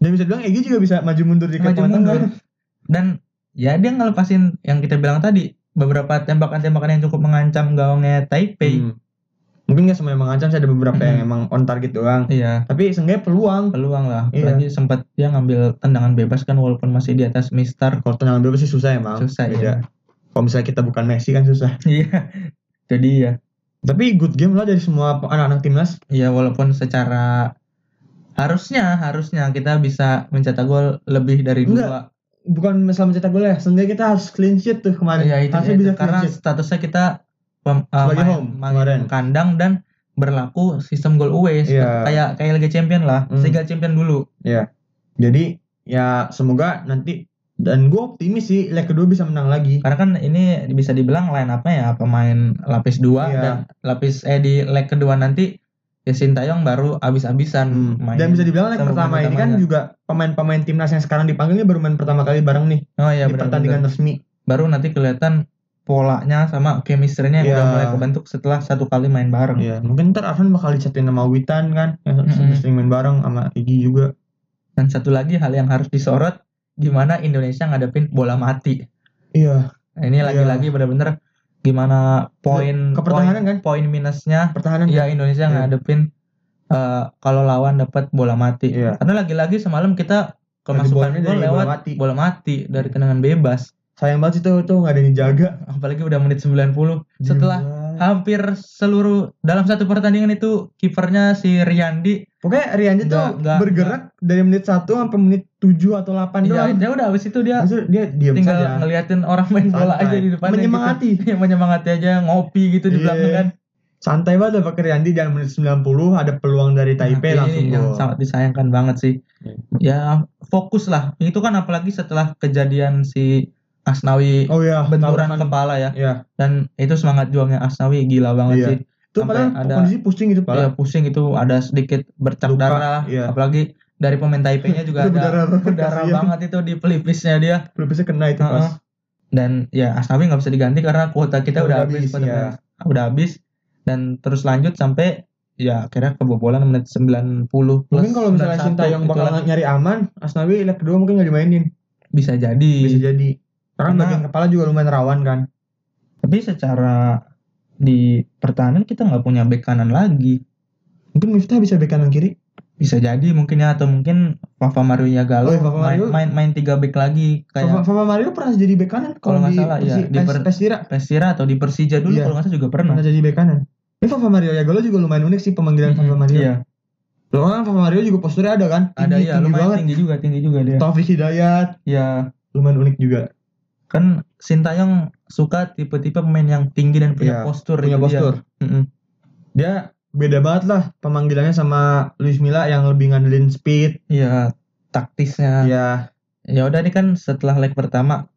[SPEAKER 1] Dan bisa bilang Egi juga bisa maju mundur di kan?
[SPEAKER 2] Maju
[SPEAKER 1] tengah
[SPEAKER 2] mundur. Dan ya dia ngelepasin yang kita bilang tadi beberapa tembakan-tembakan yang cukup mengancam gawangnya Taipei.
[SPEAKER 1] Hmm. Mungkin nggak semua yang mengancam sih ada beberapa yang emang
[SPEAKER 2] Mm-mm.
[SPEAKER 1] on target doang.
[SPEAKER 2] Iya.
[SPEAKER 1] Tapi seenggaknya peluang.
[SPEAKER 2] peluang lah.
[SPEAKER 1] Iya.
[SPEAKER 2] Apalagi sempat dia ngambil tendangan bebas kan walaupun masih di atas Mister.
[SPEAKER 1] Kalau tendangan bebas sih susah emang.
[SPEAKER 2] Susah,
[SPEAKER 1] Beda.
[SPEAKER 2] iya.
[SPEAKER 1] Kalau misalnya kita bukan Messi kan susah.
[SPEAKER 2] Iya. Jadi ya,
[SPEAKER 1] Tapi good game lah dari semua pe- anak-anak timnas.
[SPEAKER 2] ya walaupun secara harusnya harusnya kita bisa mencetak gol lebih dari
[SPEAKER 1] Enggak, Bukan masalah mencetak gol ya. Seenggaknya kita harus clean sheet Iya, tuh
[SPEAKER 2] dua.
[SPEAKER 1] kemarin.
[SPEAKER 2] Ya itu,
[SPEAKER 1] Harusnya
[SPEAKER 2] itu.
[SPEAKER 1] bisa clean
[SPEAKER 2] karena
[SPEAKER 1] sheet.
[SPEAKER 2] statusnya kita pem- eh,
[SPEAKER 1] Sebagai
[SPEAKER 2] main-
[SPEAKER 1] home
[SPEAKER 2] main
[SPEAKER 1] kemarin.
[SPEAKER 2] kandang dan berlaku sistem gol away seperti-
[SPEAKER 1] Iya.
[SPEAKER 2] kayak kayak Liga Champion lah,
[SPEAKER 1] Hmm.
[SPEAKER 2] Liga Champion dulu.
[SPEAKER 1] Jadi ya semoga nanti dan gue optimis sih leg kedua bisa menang lagi.
[SPEAKER 2] Karena kan ini bisa dibilang line up ya pemain lapis 2
[SPEAKER 1] Iya.
[SPEAKER 2] dan lapis eh di leg kedua nanti ya Sintayong baru abis-abisan
[SPEAKER 1] Hmm.
[SPEAKER 2] main.
[SPEAKER 1] Dan bisa dibilang leg
[SPEAKER 2] sama Oh,
[SPEAKER 1] pertama
[SPEAKER 2] pemain
[SPEAKER 1] ini kan
[SPEAKER 2] utamanya.
[SPEAKER 1] juga pemain-pemain timnas yang sekarang dipanggil ini baru main pertama kali bareng nih
[SPEAKER 2] Oh iya
[SPEAKER 1] di
[SPEAKER 2] benar,
[SPEAKER 1] pertandingan
[SPEAKER 2] benar.
[SPEAKER 1] resmi.
[SPEAKER 2] Baru nanti kelihatan polanya sama chemistry-nya
[SPEAKER 1] Iya.
[SPEAKER 2] yang udah mulai kebentuk setelah satu kali main bareng.
[SPEAKER 1] Iya, mungkin ntar Arhan bakal dicatain sama Witan kan, yang
[SPEAKER 2] Mm-mm.
[SPEAKER 1] sering main bareng sama Egi juga.
[SPEAKER 2] Dan satu lagi hal yang harus disorot gimana Indonesia ngadepin bola mati.
[SPEAKER 1] Iya,
[SPEAKER 2] Nah,
[SPEAKER 1] Iya.
[SPEAKER 2] ini lagi-lagi benar-benar gimana poin
[SPEAKER 1] Ke pertahanan
[SPEAKER 2] poin-
[SPEAKER 1] kan?
[SPEAKER 2] poin minusnya
[SPEAKER 1] pertahanan
[SPEAKER 2] ya
[SPEAKER 1] ya.
[SPEAKER 2] Indonesia
[SPEAKER 1] Iya.
[SPEAKER 2] ngadepin eh, kalau lawan dapat bola mati.
[SPEAKER 1] Iya.
[SPEAKER 2] Karena lagi-lagi semalam kita
[SPEAKER 1] bolanya
[SPEAKER 2] kemasukan
[SPEAKER 1] dari
[SPEAKER 2] gol
[SPEAKER 1] bola
[SPEAKER 2] lewat
[SPEAKER 1] mati.
[SPEAKER 2] bola mati dari tendangan bebas.
[SPEAKER 1] Sayang banget sih tuh tuh nggak ada yang jaga.
[SPEAKER 2] Apalagi udah menit 90
[SPEAKER 1] Iya.
[SPEAKER 2] setelah hampir seluruh dalam satu pertandingan itu kipernya si Riyandi
[SPEAKER 1] pokoknya Rianji tuh
[SPEAKER 2] Nggak, nggak,
[SPEAKER 1] bergerak dari menit 1 sampai menit 7 atau 8
[SPEAKER 2] ya,
[SPEAKER 1] doang.
[SPEAKER 2] dia udah habis itu dia
[SPEAKER 1] Maksudnya dia diam
[SPEAKER 2] tinggal
[SPEAKER 1] saja.
[SPEAKER 2] ngeliatin orang main bola
[SPEAKER 1] Santai.
[SPEAKER 2] aja di depannya
[SPEAKER 1] Menyemangati.
[SPEAKER 2] gitu. Iya, menyemangati aja ngopi gitu di
[SPEAKER 1] Iya.
[SPEAKER 2] belakang kan
[SPEAKER 1] Santai banget Pak Rianji dan menit 90 ada peluang dari Taipei
[SPEAKER 2] Nah,
[SPEAKER 1] langsung
[SPEAKER 2] ini yang
[SPEAKER 1] gol.
[SPEAKER 2] sangat disayangkan banget sih
[SPEAKER 1] Iya.
[SPEAKER 2] ya fokus lah itu kan apalagi setelah kejadian si Asnawi
[SPEAKER 1] Oh iya,
[SPEAKER 2] benturan
[SPEAKER 1] tabrakan.
[SPEAKER 2] kepala ya
[SPEAKER 1] Iya.
[SPEAKER 2] dan itu semangat juangnya Asnawi gila banget
[SPEAKER 1] Iya.
[SPEAKER 2] sih
[SPEAKER 1] Itu
[SPEAKER 2] Sampai
[SPEAKER 1] padahal
[SPEAKER 2] ada-
[SPEAKER 1] kondisi pusing gitu
[SPEAKER 2] ya,
[SPEAKER 1] Pak.
[SPEAKER 2] pusing itu ada sedikit bercak
[SPEAKER 1] Luka,
[SPEAKER 2] darah
[SPEAKER 1] iya.
[SPEAKER 2] apalagi dari pemain Taipei-nya juga
[SPEAKER 1] Itu
[SPEAKER 2] ada
[SPEAKER 1] berdarah banget,
[SPEAKER 2] berdarah
[SPEAKER 1] kasihan.
[SPEAKER 2] banget itu di pelipisnya dia
[SPEAKER 1] Pelipisnya kena itu
[SPEAKER 2] Heeh.
[SPEAKER 1] pas.
[SPEAKER 2] dan ya Asnawi nggak bisa diganti karena kuota
[SPEAKER 1] Udah
[SPEAKER 2] kita udah,
[SPEAKER 1] habis,
[SPEAKER 2] habis, pada
[SPEAKER 1] ya.
[SPEAKER 2] menit- udah habis dan terus lanjut sampai ya akhirnya kebobolan menit 90 plus
[SPEAKER 1] Mungkin kalau misalnya
[SPEAKER 2] 91
[SPEAKER 1] Sintayong bakal
[SPEAKER 2] itulah.
[SPEAKER 1] nyari aman, Asnawi leg kedua mungkin nggak dimainin.
[SPEAKER 2] bisa jadi
[SPEAKER 1] Bisa jadi. Karena
[SPEAKER 2] Iya. Karena-
[SPEAKER 1] bagian kepala juga lumayan rawan kan.
[SPEAKER 2] tapi secara di pertahanan kita nggak punya bek kanan lagi
[SPEAKER 1] Mungkin Miftah bisa bek kanan kiri.
[SPEAKER 2] bisa jadi mungkin ya atau mungkin Fafa Marunya Galo
[SPEAKER 1] Oh, iya, Fafa
[SPEAKER 2] main,
[SPEAKER 1] Mario.
[SPEAKER 2] main main tiga back lagi
[SPEAKER 1] Fama,
[SPEAKER 2] kayak
[SPEAKER 1] Fama Mario pernah jadi bek kanan
[SPEAKER 2] Kalau nggak salah, iya,
[SPEAKER 1] Persi-
[SPEAKER 2] di
[SPEAKER 1] Pes-
[SPEAKER 2] per- Hmm.
[SPEAKER 1] Persira
[SPEAKER 2] Persira atau di Persija dulu
[SPEAKER 1] Iya.
[SPEAKER 2] kalau nggak salah juga pernah.
[SPEAKER 1] pernah jadi bek kanan. Ini Fama Mario ya, Golo juga lumayan unik sih pemanggilan
[SPEAKER 2] Mm-mm,
[SPEAKER 1] Fama Mario.
[SPEAKER 2] Iya,
[SPEAKER 1] Lo kan Fama Mario juga posturnya ada kan?
[SPEAKER 2] ada
[SPEAKER 1] Tinggi-
[SPEAKER 2] ya
[SPEAKER 1] tinggi
[SPEAKER 2] lumayan
[SPEAKER 1] banget.
[SPEAKER 2] tinggi juga, tinggi juga dia.
[SPEAKER 1] Taufik Hidayat
[SPEAKER 2] Ya,
[SPEAKER 1] lumayan unik juga.
[SPEAKER 2] kan Sintayong suka tipe-tipe pemain yang tinggi dan punya
[SPEAKER 1] Iya,
[SPEAKER 2] postur
[SPEAKER 1] Punya
[SPEAKER 2] itu dia.
[SPEAKER 1] postur.
[SPEAKER 2] Mm-mm.
[SPEAKER 1] Dia beda banget lah pemanggilannya sama Luis Milla yang lebih ngandelin speed.
[SPEAKER 2] Iya, taktisnya.
[SPEAKER 1] Iya.
[SPEAKER 2] Ya udah ini kan setelah leg pertama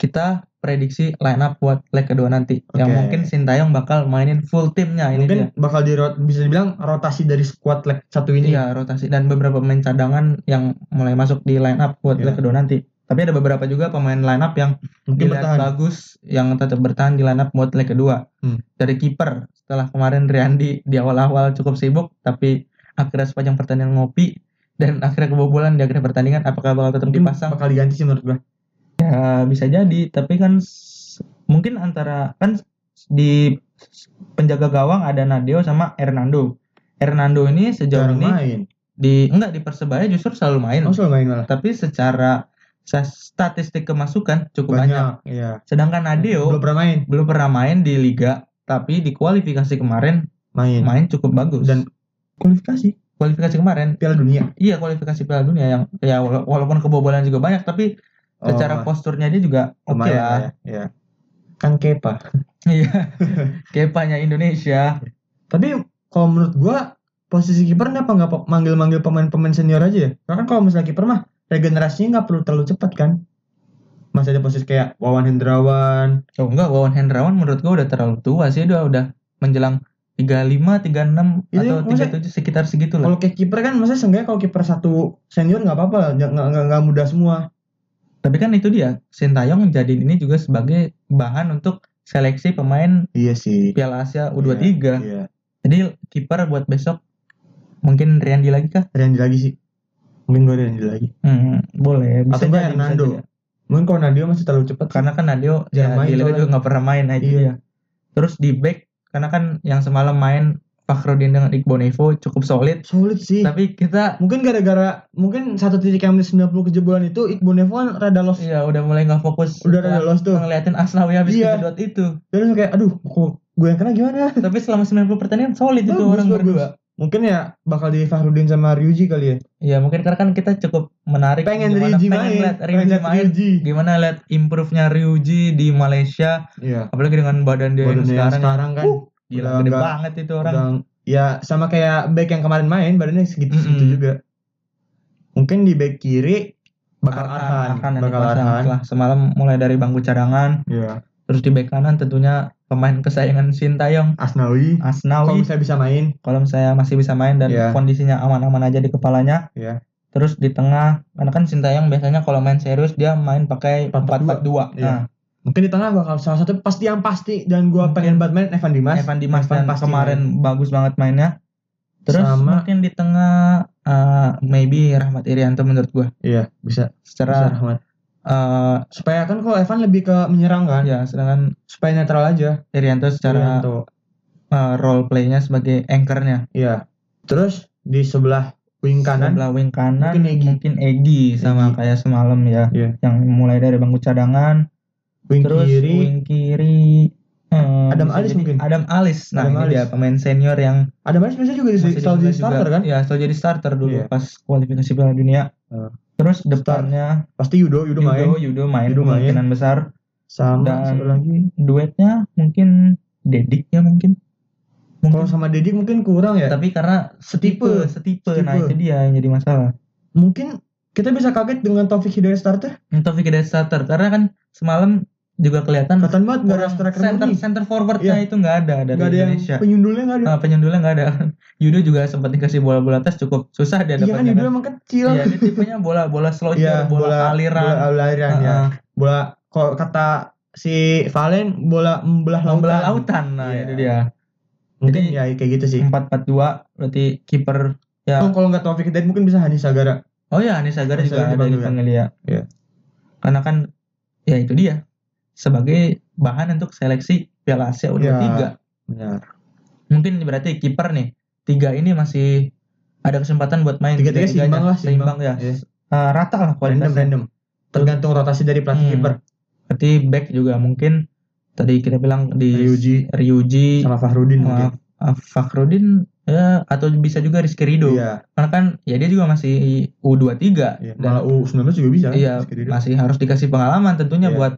[SPEAKER 2] kita prediksi line up buat leg kedua nanti. Yang
[SPEAKER 1] Oke.
[SPEAKER 2] mungkin Sintayong bakal mainin full timnya nah, ini dia.
[SPEAKER 1] mungkin bakal di bisa dibilang rotasi dari squad leg satu ini.
[SPEAKER 2] Iya rotasi dan beberapa pemain cadangan yang mulai masuk di line up buat
[SPEAKER 1] Iya.
[SPEAKER 2] leg kedua nanti. Tapi ada beberapa juga pemain line up yang
[SPEAKER 1] Mungkin
[SPEAKER 2] dilihat
[SPEAKER 1] bertahan.
[SPEAKER 2] bagus yang tetap bertahan di line up buat leg kedua.
[SPEAKER 1] Hmm.
[SPEAKER 2] Dari kiper setelah kemarin Riyandi di awal-awal cukup sibuk tapi akhirnya sepanjang pertandingan ngopi dan akhirnya kebobolan di akhir pertandingan apakah bakal tetap
[SPEAKER 1] Mungkin
[SPEAKER 2] dipasang?
[SPEAKER 1] bakal diganti sih menurut gua.
[SPEAKER 2] Ya, bisa jadi, tapi kan s- mungkin antara kan di penjaga gawang ada Nadeo sama Hernando. Hernando ini sejauh
[SPEAKER 1] Jarang
[SPEAKER 2] ini
[SPEAKER 1] main.
[SPEAKER 2] di enggak di Persebaya justru selalu main.
[SPEAKER 1] Oh, selalu main malah.
[SPEAKER 2] Tapi secara sa- statistik kemasukan cukup banyak.
[SPEAKER 1] Banyak, iya.
[SPEAKER 2] Sedangkan
[SPEAKER 1] Belum
[SPEAKER 2] Nadeo belum,
[SPEAKER 1] pernah main.
[SPEAKER 2] pernah main di liga, tapi di kualifikasi kemarin
[SPEAKER 1] Main.
[SPEAKER 2] main cukup bagus.
[SPEAKER 1] Iya. Dan kualifikasi
[SPEAKER 2] kualifikasi kemarin,
[SPEAKER 1] Piala Dunia.
[SPEAKER 2] iya kualifikasi Piala Dunia yang ya wala- walaupun kebobolan juga banyak, tapi secara posturnya dia juga
[SPEAKER 1] Oh,
[SPEAKER 2] oke
[SPEAKER 1] lumayan
[SPEAKER 2] lah.
[SPEAKER 1] lah ya. Iya. Kan Kepa.
[SPEAKER 2] Iya. Kepanya Indonesia.
[SPEAKER 1] Tapi kalau menurut gua posisi kiper kenapa nggak pe- manggil-manggil pemain-pemain senior aja ya? Karena kan kalau misalnya kiper mah regenerasinya nggak perlu terlalu cepat kan? Masih ada posisi kayak Wawan Hendrawan,
[SPEAKER 2] Oh enggak, Wawan Hendrawan menurut gua udah terlalu tua sih dia udah menjelang 35, 36
[SPEAKER 1] Iya,
[SPEAKER 2] atau
[SPEAKER 1] maksudnya-
[SPEAKER 2] 37 sekitar segitu lah.
[SPEAKER 1] Kalau kayak kiper kan maksudnya seenggaknya kalau kiper satu senior nggak apa-apa, nggak- nggak nggak- nggak muda semua.
[SPEAKER 2] Tapi kan itu dia, Sintayong jadiin ini juga sebagai bahan untuk seleksi pemain
[SPEAKER 1] Iya sih.
[SPEAKER 2] Piala Asia U23.
[SPEAKER 1] Iya.
[SPEAKER 2] Jadi kiper buat besok mungkin Riyandi lagi kah?
[SPEAKER 1] Randy lagi sih. Mungkin gue Randy lagi.
[SPEAKER 2] Hmm, boleh.
[SPEAKER 1] Atau enggak
[SPEAKER 2] bisa
[SPEAKER 1] Hernando.
[SPEAKER 2] jadi.
[SPEAKER 1] Mungkin kalau Nadio masih terlalu cepat kan.
[SPEAKER 2] Karena kan Nadio
[SPEAKER 1] Jarang
[SPEAKER 2] ya,
[SPEAKER 1] main
[SPEAKER 2] di Liga
[SPEAKER 1] soalnya.
[SPEAKER 2] juga nggak pernah main aja
[SPEAKER 1] Iya.
[SPEAKER 2] dia. Terus di back karena kan yang semalam main Fakhrudin dengan Iqbal Nevo cukup solid.
[SPEAKER 1] Sulit sih.
[SPEAKER 2] Tapi kita
[SPEAKER 1] Mungkin gara-gara mungkin satu titik yang menit 90 kejebolan itu Iqbal Nevo kan rada lost.
[SPEAKER 2] ya udah mulai nggak fokus.
[SPEAKER 1] Udah rada lost tuh.
[SPEAKER 2] ngeliatin Asnawi habis
[SPEAKER 1] Iya.
[SPEAKER 2] kejedot itu.
[SPEAKER 1] Terus kayak aduh, kok gue yang kena gimana?
[SPEAKER 2] Tapi selama 90 pertandingan solid itu
[SPEAKER 1] Bagus,
[SPEAKER 2] orang
[SPEAKER 1] bagus.
[SPEAKER 2] berdua.
[SPEAKER 1] Mungkin ya bakal di Fahrudin sama Ryuji kali ya.
[SPEAKER 2] Ya mungkin karena kan kita cukup menarik
[SPEAKER 1] Pengen
[SPEAKER 2] gimana
[SPEAKER 1] Ryuji
[SPEAKER 2] pengen
[SPEAKER 1] main.
[SPEAKER 2] lihat
[SPEAKER 1] pengen
[SPEAKER 2] Ryuji
[SPEAKER 1] lihat
[SPEAKER 2] main. Gitu.
[SPEAKER 1] Ryuji.
[SPEAKER 2] Gimana lihat improve-nya Ryuji di Malaysia
[SPEAKER 1] Iya.
[SPEAKER 2] apalagi dengan badan dia
[SPEAKER 1] Badannya
[SPEAKER 2] yang
[SPEAKER 1] sekarang,
[SPEAKER 2] sekarang.
[SPEAKER 1] kan.
[SPEAKER 2] Uh, Gila
[SPEAKER 1] udah
[SPEAKER 2] gede
[SPEAKER 1] nggak-
[SPEAKER 2] banget itu orang.
[SPEAKER 1] Udah, ya sama kayak back yang kemarin main badannya segitu-segitu
[SPEAKER 2] Mm-mm.
[SPEAKER 1] juga. Mungkin di back kiri bakal Arhan,
[SPEAKER 2] yang
[SPEAKER 1] bakal
[SPEAKER 2] dipasang
[SPEAKER 1] Arhan.
[SPEAKER 2] setelah semalam mulai dari bangku cadangan,
[SPEAKER 1] Iya.
[SPEAKER 2] terus di bek kanan tentunya pemain kesayangan Sintayong
[SPEAKER 1] Asnawi kalau
[SPEAKER 2] Asnawi
[SPEAKER 1] misalnya bisa main
[SPEAKER 2] kalau saya masih bisa main dan
[SPEAKER 1] Iya.
[SPEAKER 2] kondisinya aman-aman aja di kepalanya.
[SPEAKER 1] Iya.
[SPEAKER 2] Terus di tengah, karena kan Sintayong biasanya kalau main serius dia main pakai 4-4-2.
[SPEAKER 1] Iya.
[SPEAKER 2] Nah,
[SPEAKER 1] mungkin di tengah bakal salah satu pasti yang pasti dan gua
[SPEAKER 2] Mungkin.
[SPEAKER 1] pengen banget main Evan Dimas
[SPEAKER 2] Evan Dimas
[SPEAKER 1] Evan
[SPEAKER 2] dan
[SPEAKER 1] pasti
[SPEAKER 2] kemarin bagus banget mainnya. Terus
[SPEAKER 1] Sama-
[SPEAKER 2] mungkin di tengah eh, maybe Rahmat Irianto menurut gua.
[SPEAKER 1] iya bisa bisa
[SPEAKER 2] Secara
[SPEAKER 1] Rahmat
[SPEAKER 2] eh,
[SPEAKER 1] supaya kan kalau Evan lebih ke menyerang kan
[SPEAKER 2] ya sedangkan
[SPEAKER 1] supaya netral aja Iya,
[SPEAKER 2] Irianto secara
[SPEAKER 1] Irianto.
[SPEAKER 2] eh, role playnya sebagai anchornya
[SPEAKER 1] iya terus di sebelah wing kanan
[SPEAKER 2] sebelah wing kanan
[SPEAKER 1] Mungkin
[SPEAKER 2] mungkin
[SPEAKER 1] Egy.
[SPEAKER 2] Egi, sama
[SPEAKER 1] Egy.
[SPEAKER 2] kayak semalam ya
[SPEAKER 1] Iya.
[SPEAKER 2] yang mulai dari bangku cadangan
[SPEAKER 1] wing
[SPEAKER 2] terus
[SPEAKER 1] kiri
[SPEAKER 2] wing kiri eh,
[SPEAKER 1] Adam
[SPEAKER 2] bisa
[SPEAKER 1] Alis
[SPEAKER 2] jadi
[SPEAKER 1] mungkin.
[SPEAKER 2] Adam Alis nah
[SPEAKER 1] Adam
[SPEAKER 2] ini
[SPEAKER 1] Alis.
[SPEAKER 2] dia pemain senior yang
[SPEAKER 1] ada Maris biasanya juga di, selalu
[SPEAKER 2] masih dibilang
[SPEAKER 1] jadi starter
[SPEAKER 2] juga-
[SPEAKER 1] kan
[SPEAKER 2] ya selalu jadi starter dulu
[SPEAKER 1] Iya.
[SPEAKER 2] pas kualifikasi Piala Dunia
[SPEAKER 1] Hmm.
[SPEAKER 2] terus depannya
[SPEAKER 1] pasti Yudo Yudo, main
[SPEAKER 2] Yudo Yudo main
[SPEAKER 1] Yudo main.
[SPEAKER 2] kemungkinan besar
[SPEAKER 1] sama
[SPEAKER 2] Dan-
[SPEAKER 1] satu lagi
[SPEAKER 2] duetnya mungkin Dedik ya mungkin
[SPEAKER 1] kalau
[SPEAKER 2] mungkin
[SPEAKER 1] sama Dedi mungkin kurang ya
[SPEAKER 2] tapi karena
[SPEAKER 1] Setipe.
[SPEAKER 2] setipe, setipe nah
[SPEAKER 1] Setipe.
[SPEAKER 2] itu dia yang jadi masalah
[SPEAKER 1] mungkin kita bisa kaget dengan Taufik Hidayat starter
[SPEAKER 2] Taufik Hidayat starter karena kan semalam juga kelihatan
[SPEAKER 1] kelihatan banget nggak ada
[SPEAKER 2] orang
[SPEAKER 1] striker
[SPEAKER 2] center
[SPEAKER 1] murni
[SPEAKER 2] center forwardnya
[SPEAKER 1] Iya.
[SPEAKER 2] itu nggak ada dari
[SPEAKER 1] nggak ada yang
[SPEAKER 2] Indonesia.
[SPEAKER 1] penyundulnya nggak ada
[SPEAKER 2] Nah, penyundulnya nggak ada. Yudo juga sempat dikasih bola-bola atas cukup susah dia
[SPEAKER 1] Iya kan
[SPEAKER 2] dapatnya.
[SPEAKER 1] Yudo
[SPEAKER 2] kan.
[SPEAKER 1] emang kecil.
[SPEAKER 2] Iya, dia tipenya bola bola slow
[SPEAKER 1] Iya,
[SPEAKER 2] shot, bola, aliran.
[SPEAKER 1] Bola aliran
[SPEAKER 2] Heeh.
[SPEAKER 1] ya. Bola kalau kata si Valen bola membelah lautan.
[SPEAKER 2] Membelah lautan. Nah,
[SPEAKER 1] Iya.
[SPEAKER 2] itu dia.
[SPEAKER 1] Mungkin
[SPEAKER 2] Jadi- Iya.
[SPEAKER 1] ya kayak gitu sih.
[SPEAKER 2] 4-4-2 berarti kiper ya.
[SPEAKER 1] Oh, kalau nggak Taufik Hidayat mungkin bisa Hanis Agara.
[SPEAKER 2] Oh ya, Anissa Agar
[SPEAKER 1] Anissa Agar
[SPEAKER 2] juga ada
[SPEAKER 1] dipanggil
[SPEAKER 2] di
[SPEAKER 1] kan?
[SPEAKER 2] Pengelia.
[SPEAKER 1] Iya.
[SPEAKER 2] Karena kan ya itu dia sebagai bahan untuk seleksi Piala Asia U23.
[SPEAKER 1] Iya. Benar.
[SPEAKER 2] Mungkin berarti kiper nih tiga ini masih ada kesempatan buat main
[SPEAKER 1] Tiga-tiga seimbang lah,
[SPEAKER 2] tiga-tiganya. seimbang, ya.
[SPEAKER 1] Iya.
[SPEAKER 2] Eh, rata lah
[SPEAKER 1] Random
[SPEAKER 2] kualitasnya.
[SPEAKER 1] random. Tergantung rotasi dari pelatih
[SPEAKER 2] Hmm.
[SPEAKER 1] kiper.
[SPEAKER 2] Berarti back juga mungkin tadi kita bilang di
[SPEAKER 1] Ryuji
[SPEAKER 2] Ryuji
[SPEAKER 1] sama Fahrudin mungkin.
[SPEAKER 2] Maaf, Fakhrudin ya atau bisa juga Rizky Ridho.
[SPEAKER 1] Iya,
[SPEAKER 2] Karena kan ya dia juga masih U23
[SPEAKER 1] iya. Malah
[SPEAKER 2] dan
[SPEAKER 1] U19 juga bisa. kan?
[SPEAKER 2] iya
[SPEAKER 1] Rizky Ridho.
[SPEAKER 2] masih harus dikasih pengalaman tentunya
[SPEAKER 1] Iya.
[SPEAKER 2] buat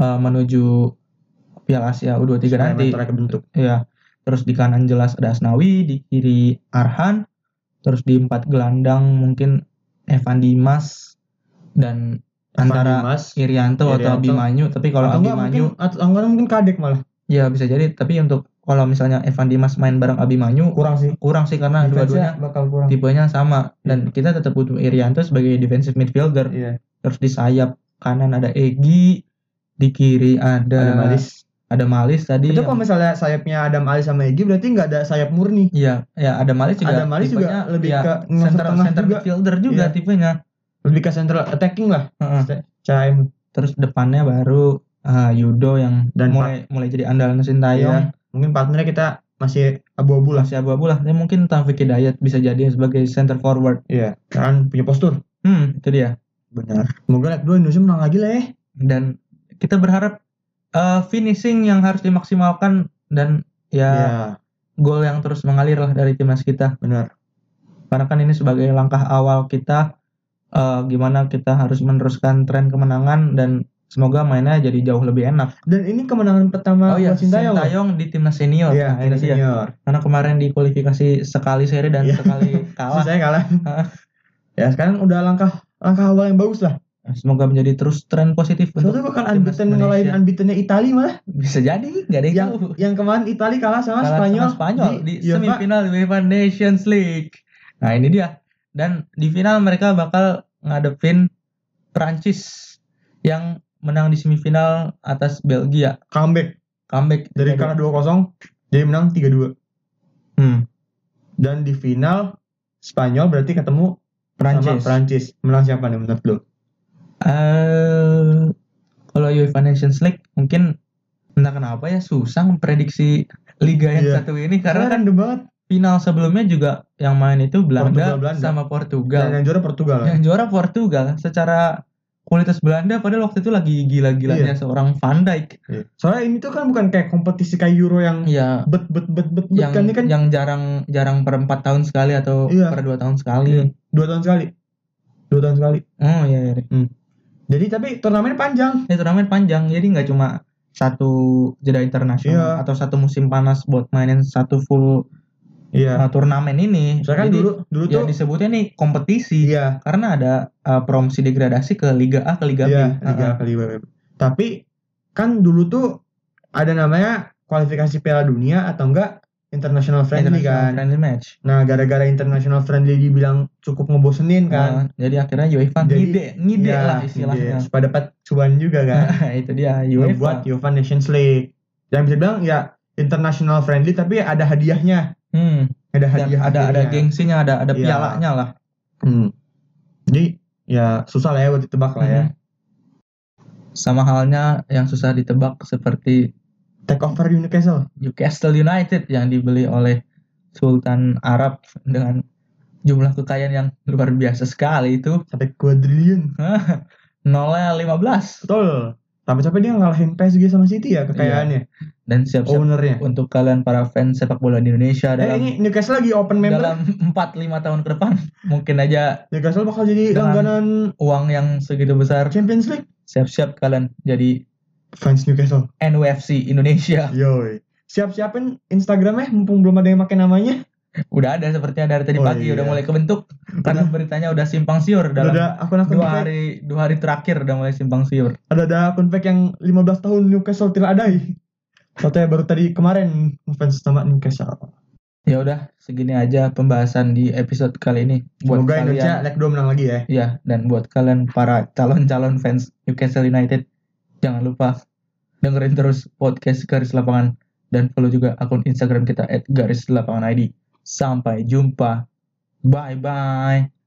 [SPEAKER 2] eh, menuju Piala Asia U23
[SPEAKER 1] Supaya
[SPEAKER 2] nanti.
[SPEAKER 1] mentalnya kebentuk.
[SPEAKER 2] Iya. Terus di kanan jelas ada Asnawi, di kiri Arhan, terus di empat gelandang mungkin Evan Dimas dan antara
[SPEAKER 1] Evan Dimas,
[SPEAKER 2] Irianto atau
[SPEAKER 1] Irianto.
[SPEAKER 2] Abimanyu, tapi kalau
[SPEAKER 1] atau enggak mungkin
[SPEAKER 2] Abimanyu
[SPEAKER 1] atau enggak mungkin kadek malah
[SPEAKER 2] ya bisa jadi tapi untuk kalau misalnya Evan Dimas main bareng Abimanyu
[SPEAKER 1] kurang sih.
[SPEAKER 2] kurang sih karena dua-duanya
[SPEAKER 1] Defense-nya bakal kurang.
[SPEAKER 2] tipenya sama dan kita tetap butuh Irianto sebagai defensive midfielder
[SPEAKER 1] Iya.
[SPEAKER 2] terus di sayap kanan ada Egi di kiri ada
[SPEAKER 1] Iya, Ada Malis.
[SPEAKER 2] ada Malis tadi
[SPEAKER 1] Itu
[SPEAKER 2] yang-
[SPEAKER 1] kalau misalnya sayapnya Adam Ali sama Egy berarti nggak ada sayap murni.
[SPEAKER 2] iya ya ada Malis juga
[SPEAKER 1] Ada Malis juga
[SPEAKER 2] tipenya,
[SPEAKER 1] lebih
[SPEAKER 2] ya,
[SPEAKER 1] ke ngeser
[SPEAKER 2] center
[SPEAKER 1] tengah
[SPEAKER 2] center
[SPEAKER 1] juga.
[SPEAKER 2] midfielder juga
[SPEAKER 1] Iya.
[SPEAKER 2] tipenya
[SPEAKER 1] Lebih ke central attacking lah.
[SPEAKER 2] Heeh.
[SPEAKER 1] Caim
[SPEAKER 2] terus depannya baru ah, Yudo yang
[SPEAKER 1] Dan
[SPEAKER 2] mulai mulai jadi andalan Sintayong
[SPEAKER 1] Iya. mungkin partnernya kita masih abu-abu lah.
[SPEAKER 2] masih abu-abu lah Ya, mungkin Taufik Hidayat bisa jadi sebagai center forward
[SPEAKER 1] Iya. Kan punya postur.
[SPEAKER 2] hmm itu dia
[SPEAKER 1] Benar. Semoga leg 2 Indonesia menang lagi lah ya.
[SPEAKER 2] dan kita berharap eh, finishing yang harus dimaksimalkan dan
[SPEAKER 1] Iya,
[SPEAKER 2] ya gol yang terus mengalir lah dari timnas kita
[SPEAKER 1] benar.
[SPEAKER 2] karena kan ini sebagai langkah awal kita eh, gimana kita harus meneruskan tren kemenangan dan semoga mainnya jadi jauh lebih enak
[SPEAKER 1] Dan ini kemenangan pertama
[SPEAKER 2] oh iya
[SPEAKER 1] buat Sintayong. loh.
[SPEAKER 2] Sintayong di timnas
[SPEAKER 1] ya?
[SPEAKER 2] senior
[SPEAKER 1] Iya,
[SPEAKER 2] Nah, ini dia.
[SPEAKER 1] senior.
[SPEAKER 2] karena kemarin di kualifikasi sekali seri dan
[SPEAKER 1] Iya.
[SPEAKER 2] sekali kalah
[SPEAKER 1] Saya kalah.
[SPEAKER 2] Hah?
[SPEAKER 1] ya, sekarang udah langkah langkah awal yang bagus lah.
[SPEAKER 2] semoga menjadi terus tren positif
[SPEAKER 1] Soalnya bakal
[SPEAKER 2] timnas
[SPEAKER 1] unbeaten
[SPEAKER 2] Indonesia.
[SPEAKER 1] ngelain unbeatennya Itali malah.
[SPEAKER 2] bisa jadi nggak ada
[SPEAKER 1] Yang
[SPEAKER 2] itu
[SPEAKER 1] yang kemarin Itali kalah sama
[SPEAKER 2] Kalah
[SPEAKER 1] Spanyol, iya,
[SPEAKER 2] sama Spanyol di,
[SPEAKER 1] UEFA.
[SPEAKER 2] semifinal UEFA Nations League. Nah, ini dia. Dan di final mereka bakal ngadepin Prancis yang menang di semifinal atas Belgia.
[SPEAKER 1] comeback
[SPEAKER 2] Comeback
[SPEAKER 1] dari kalah 2-0 jadi menang 3-2.
[SPEAKER 2] Hmm,
[SPEAKER 1] Dan di final Spanyol berarti ketemu sama
[SPEAKER 2] Prancis.
[SPEAKER 1] Prancis. Menang siapa nih menurut lu?
[SPEAKER 2] Eh, kalau UEFA Nations League mungkin entah kenapa ya susah memprediksi liga yang
[SPEAKER 1] Iya.
[SPEAKER 2] satu ini karena kan
[SPEAKER 1] random banget
[SPEAKER 2] final sebelumnya juga yang main itu Belanda,
[SPEAKER 1] Portugal, Belanda. Iya,
[SPEAKER 2] sama
[SPEAKER 1] dan
[SPEAKER 2] Portugal. Ya.
[SPEAKER 1] yang juara Portugal.
[SPEAKER 2] yang juara Portugal secara kualitas Belanda padahal waktu itu lagi gila-gilanya seorang Van Dijk
[SPEAKER 1] Iya. Soalnya ini tuh kan bukan kayak kompetisi kayak Euro yang
[SPEAKER 2] ya
[SPEAKER 1] bet bet bet bet, bet
[SPEAKER 2] yang
[SPEAKER 1] kan ini kan
[SPEAKER 2] yang jarang jarang per empat tahun sekali atau
[SPEAKER 1] Iya.
[SPEAKER 2] per dua tahun sekali
[SPEAKER 1] Iya. dua tahun sekali. Dua tahun sekali.
[SPEAKER 2] oh iya, iya.
[SPEAKER 1] Jadi tapi turnamen panjang.
[SPEAKER 2] Ya, turnamen panjang jadi nggak cuma satu jeda internasional
[SPEAKER 1] Iya.
[SPEAKER 2] atau satu musim panas buat mainin satu full
[SPEAKER 1] Iya.
[SPEAKER 2] uh, turnamen ini
[SPEAKER 1] Soalnya kan
[SPEAKER 2] Jadi,
[SPEAKER 1] dulu dulu
[SPEAKER 2] ya
[SPEAKER 1] tuh
[SPEAKER 2] disebutnya nih kompetisi
[SPEAKER 1] iya
[SPEAKER 2] karena ada uh, promosi degradasi ke Liga A ke Liga B
[SPEAKER 1] iya
[SPEAKER 2] Uh-uh.
[SPEAKER 1] tiga kali WWF. Tapi kan dulu tuh ada namanya kualifikasi Piala Dunia atau enggak international friendly
[SPEAKER 2] International
[SPEAKER 1] kan.
[SPEAKER 2] friendly match
[SPEAKER 1] Nah, gara-gara international friendly dibilang cukup ngebosenin kan.
[SPEAKER 2] Nah, jadi akhirnya UEFA
[SPEAKER 1] Jadi,
[SPEAKER 2] ngide ngide
[SPEAKER 1] Iya,
[SPEAKER 2] lah istilahnya
[SPEAKER 1] iya. Supaya dapat cuan juga kan.
[SPEAKER 2] Nah, itu dia
[SPEAKER 1] Membuat
[SPEAKER 2] UEFA.
[SPEAKER 1] UEFA Nations League. Dan bisa bilang ya international friendly tapi ada hadiahnya.
[SPEAKER 2] Hmm,
[SPEAKER 1] Ada
[SPEAKER 2] dan
[SPEAKER 1] hadiah
[SPEAKER 2] ada ada
[SPEAKER 1] akhirnya.
[SPEAKER 2] gengsinya, ada ada
[SPEAKER 1] Iya.
[SPEAKER 2] pialanya lah.
[SPEAKER 1] Hmm. Jadi ya susah lah ya buat ditebak lah ya.
[SPEAKER 2] Mhm. Sama halnya yang susah ditebak seperti
[SPEAKER 1] Take over Newcastle.
[SPEAKER 2] Newcastle United yang dibeli oleh Sultan Arab dengan jumlah kekayaan yang luar biasa sekali itu
[SPEAKER 1] Sampai quadrillion.
[SPEAKER 2] nolnya 15
[SPEAKER 1] Betul. Sampai-sampai dia ngalahin PSG sama City ya kekayaannya.
[SPEAKER 2] Iya. dan siap-siap
[SPEAKER 1] Ownernya.
[SPEAKER 2] untuk kalian para fans sepak bola di Indonesia
[SPEAKER 1] Eh
[SPEAKER 2] dalam
[SPEAKER 1] Oh. ini Newcastle lagi open member.
[SPEAKER 2] dalam 4 5 tahun ke depan mungkin aja
[SPEAKER 1] Newcastle bakal jadi
[SPEAKER 2] Dalam-
[SPEAKER 1] langganan
[SPEAKER 2] uang yang segitu besar
[SPEAKER 1] Champions League.
[SPEAKER 2] siap-siap kalian jadi
[SPEAKER 1] Fans Newcastle.
[SPEAKER 2] NUFC Indonesia.
[SPEAKER 1] Yoi. Siap-siapin Instagramnya mumpung belum ada yang pakai namanya.
[SPEAKER 2] Udah ada sepertinya dari tadi
[SPEAKER 1] Oh,
[SPEAKER 2] pagi
[SPEAKER 1] iya.
[SPEAKER 2] udah mulai kebentuk karena beritanya udah simpang siur
[SPEAKER 1] Udah ada
[SPEAKER 2] dalam
[SPEAKER 1] akun-akun
[SPEAKER 2] dua
[SPEAKER 1] fake.
[SPEAKER 2] hari dua hari terakhir udah mulai simpang siur.
[SPEAKER 1] Ada ada akun fake yang 15 tahun Newcastle tidak ada. Katanya baru tadi kemarin fans sama Newcastle.
[SPEAKER 2] Ya udah segini aja pembahasan di episode kali ini buat
[SPEAKER 1] Semoga
[SPEAKER 2] kalian. Iya,
[SPEAKER 1] Indonesia leg 2 menang lagi ya.
[SPEAKER 2] Ya dan buat kalian para calon-calon fans Newcastle United Jangan lupa dengerin terus podcast Garis Lapangan dan follow juga akun Instagram kita @garis_lapangan_id. Sampai jumpa. Bye bye.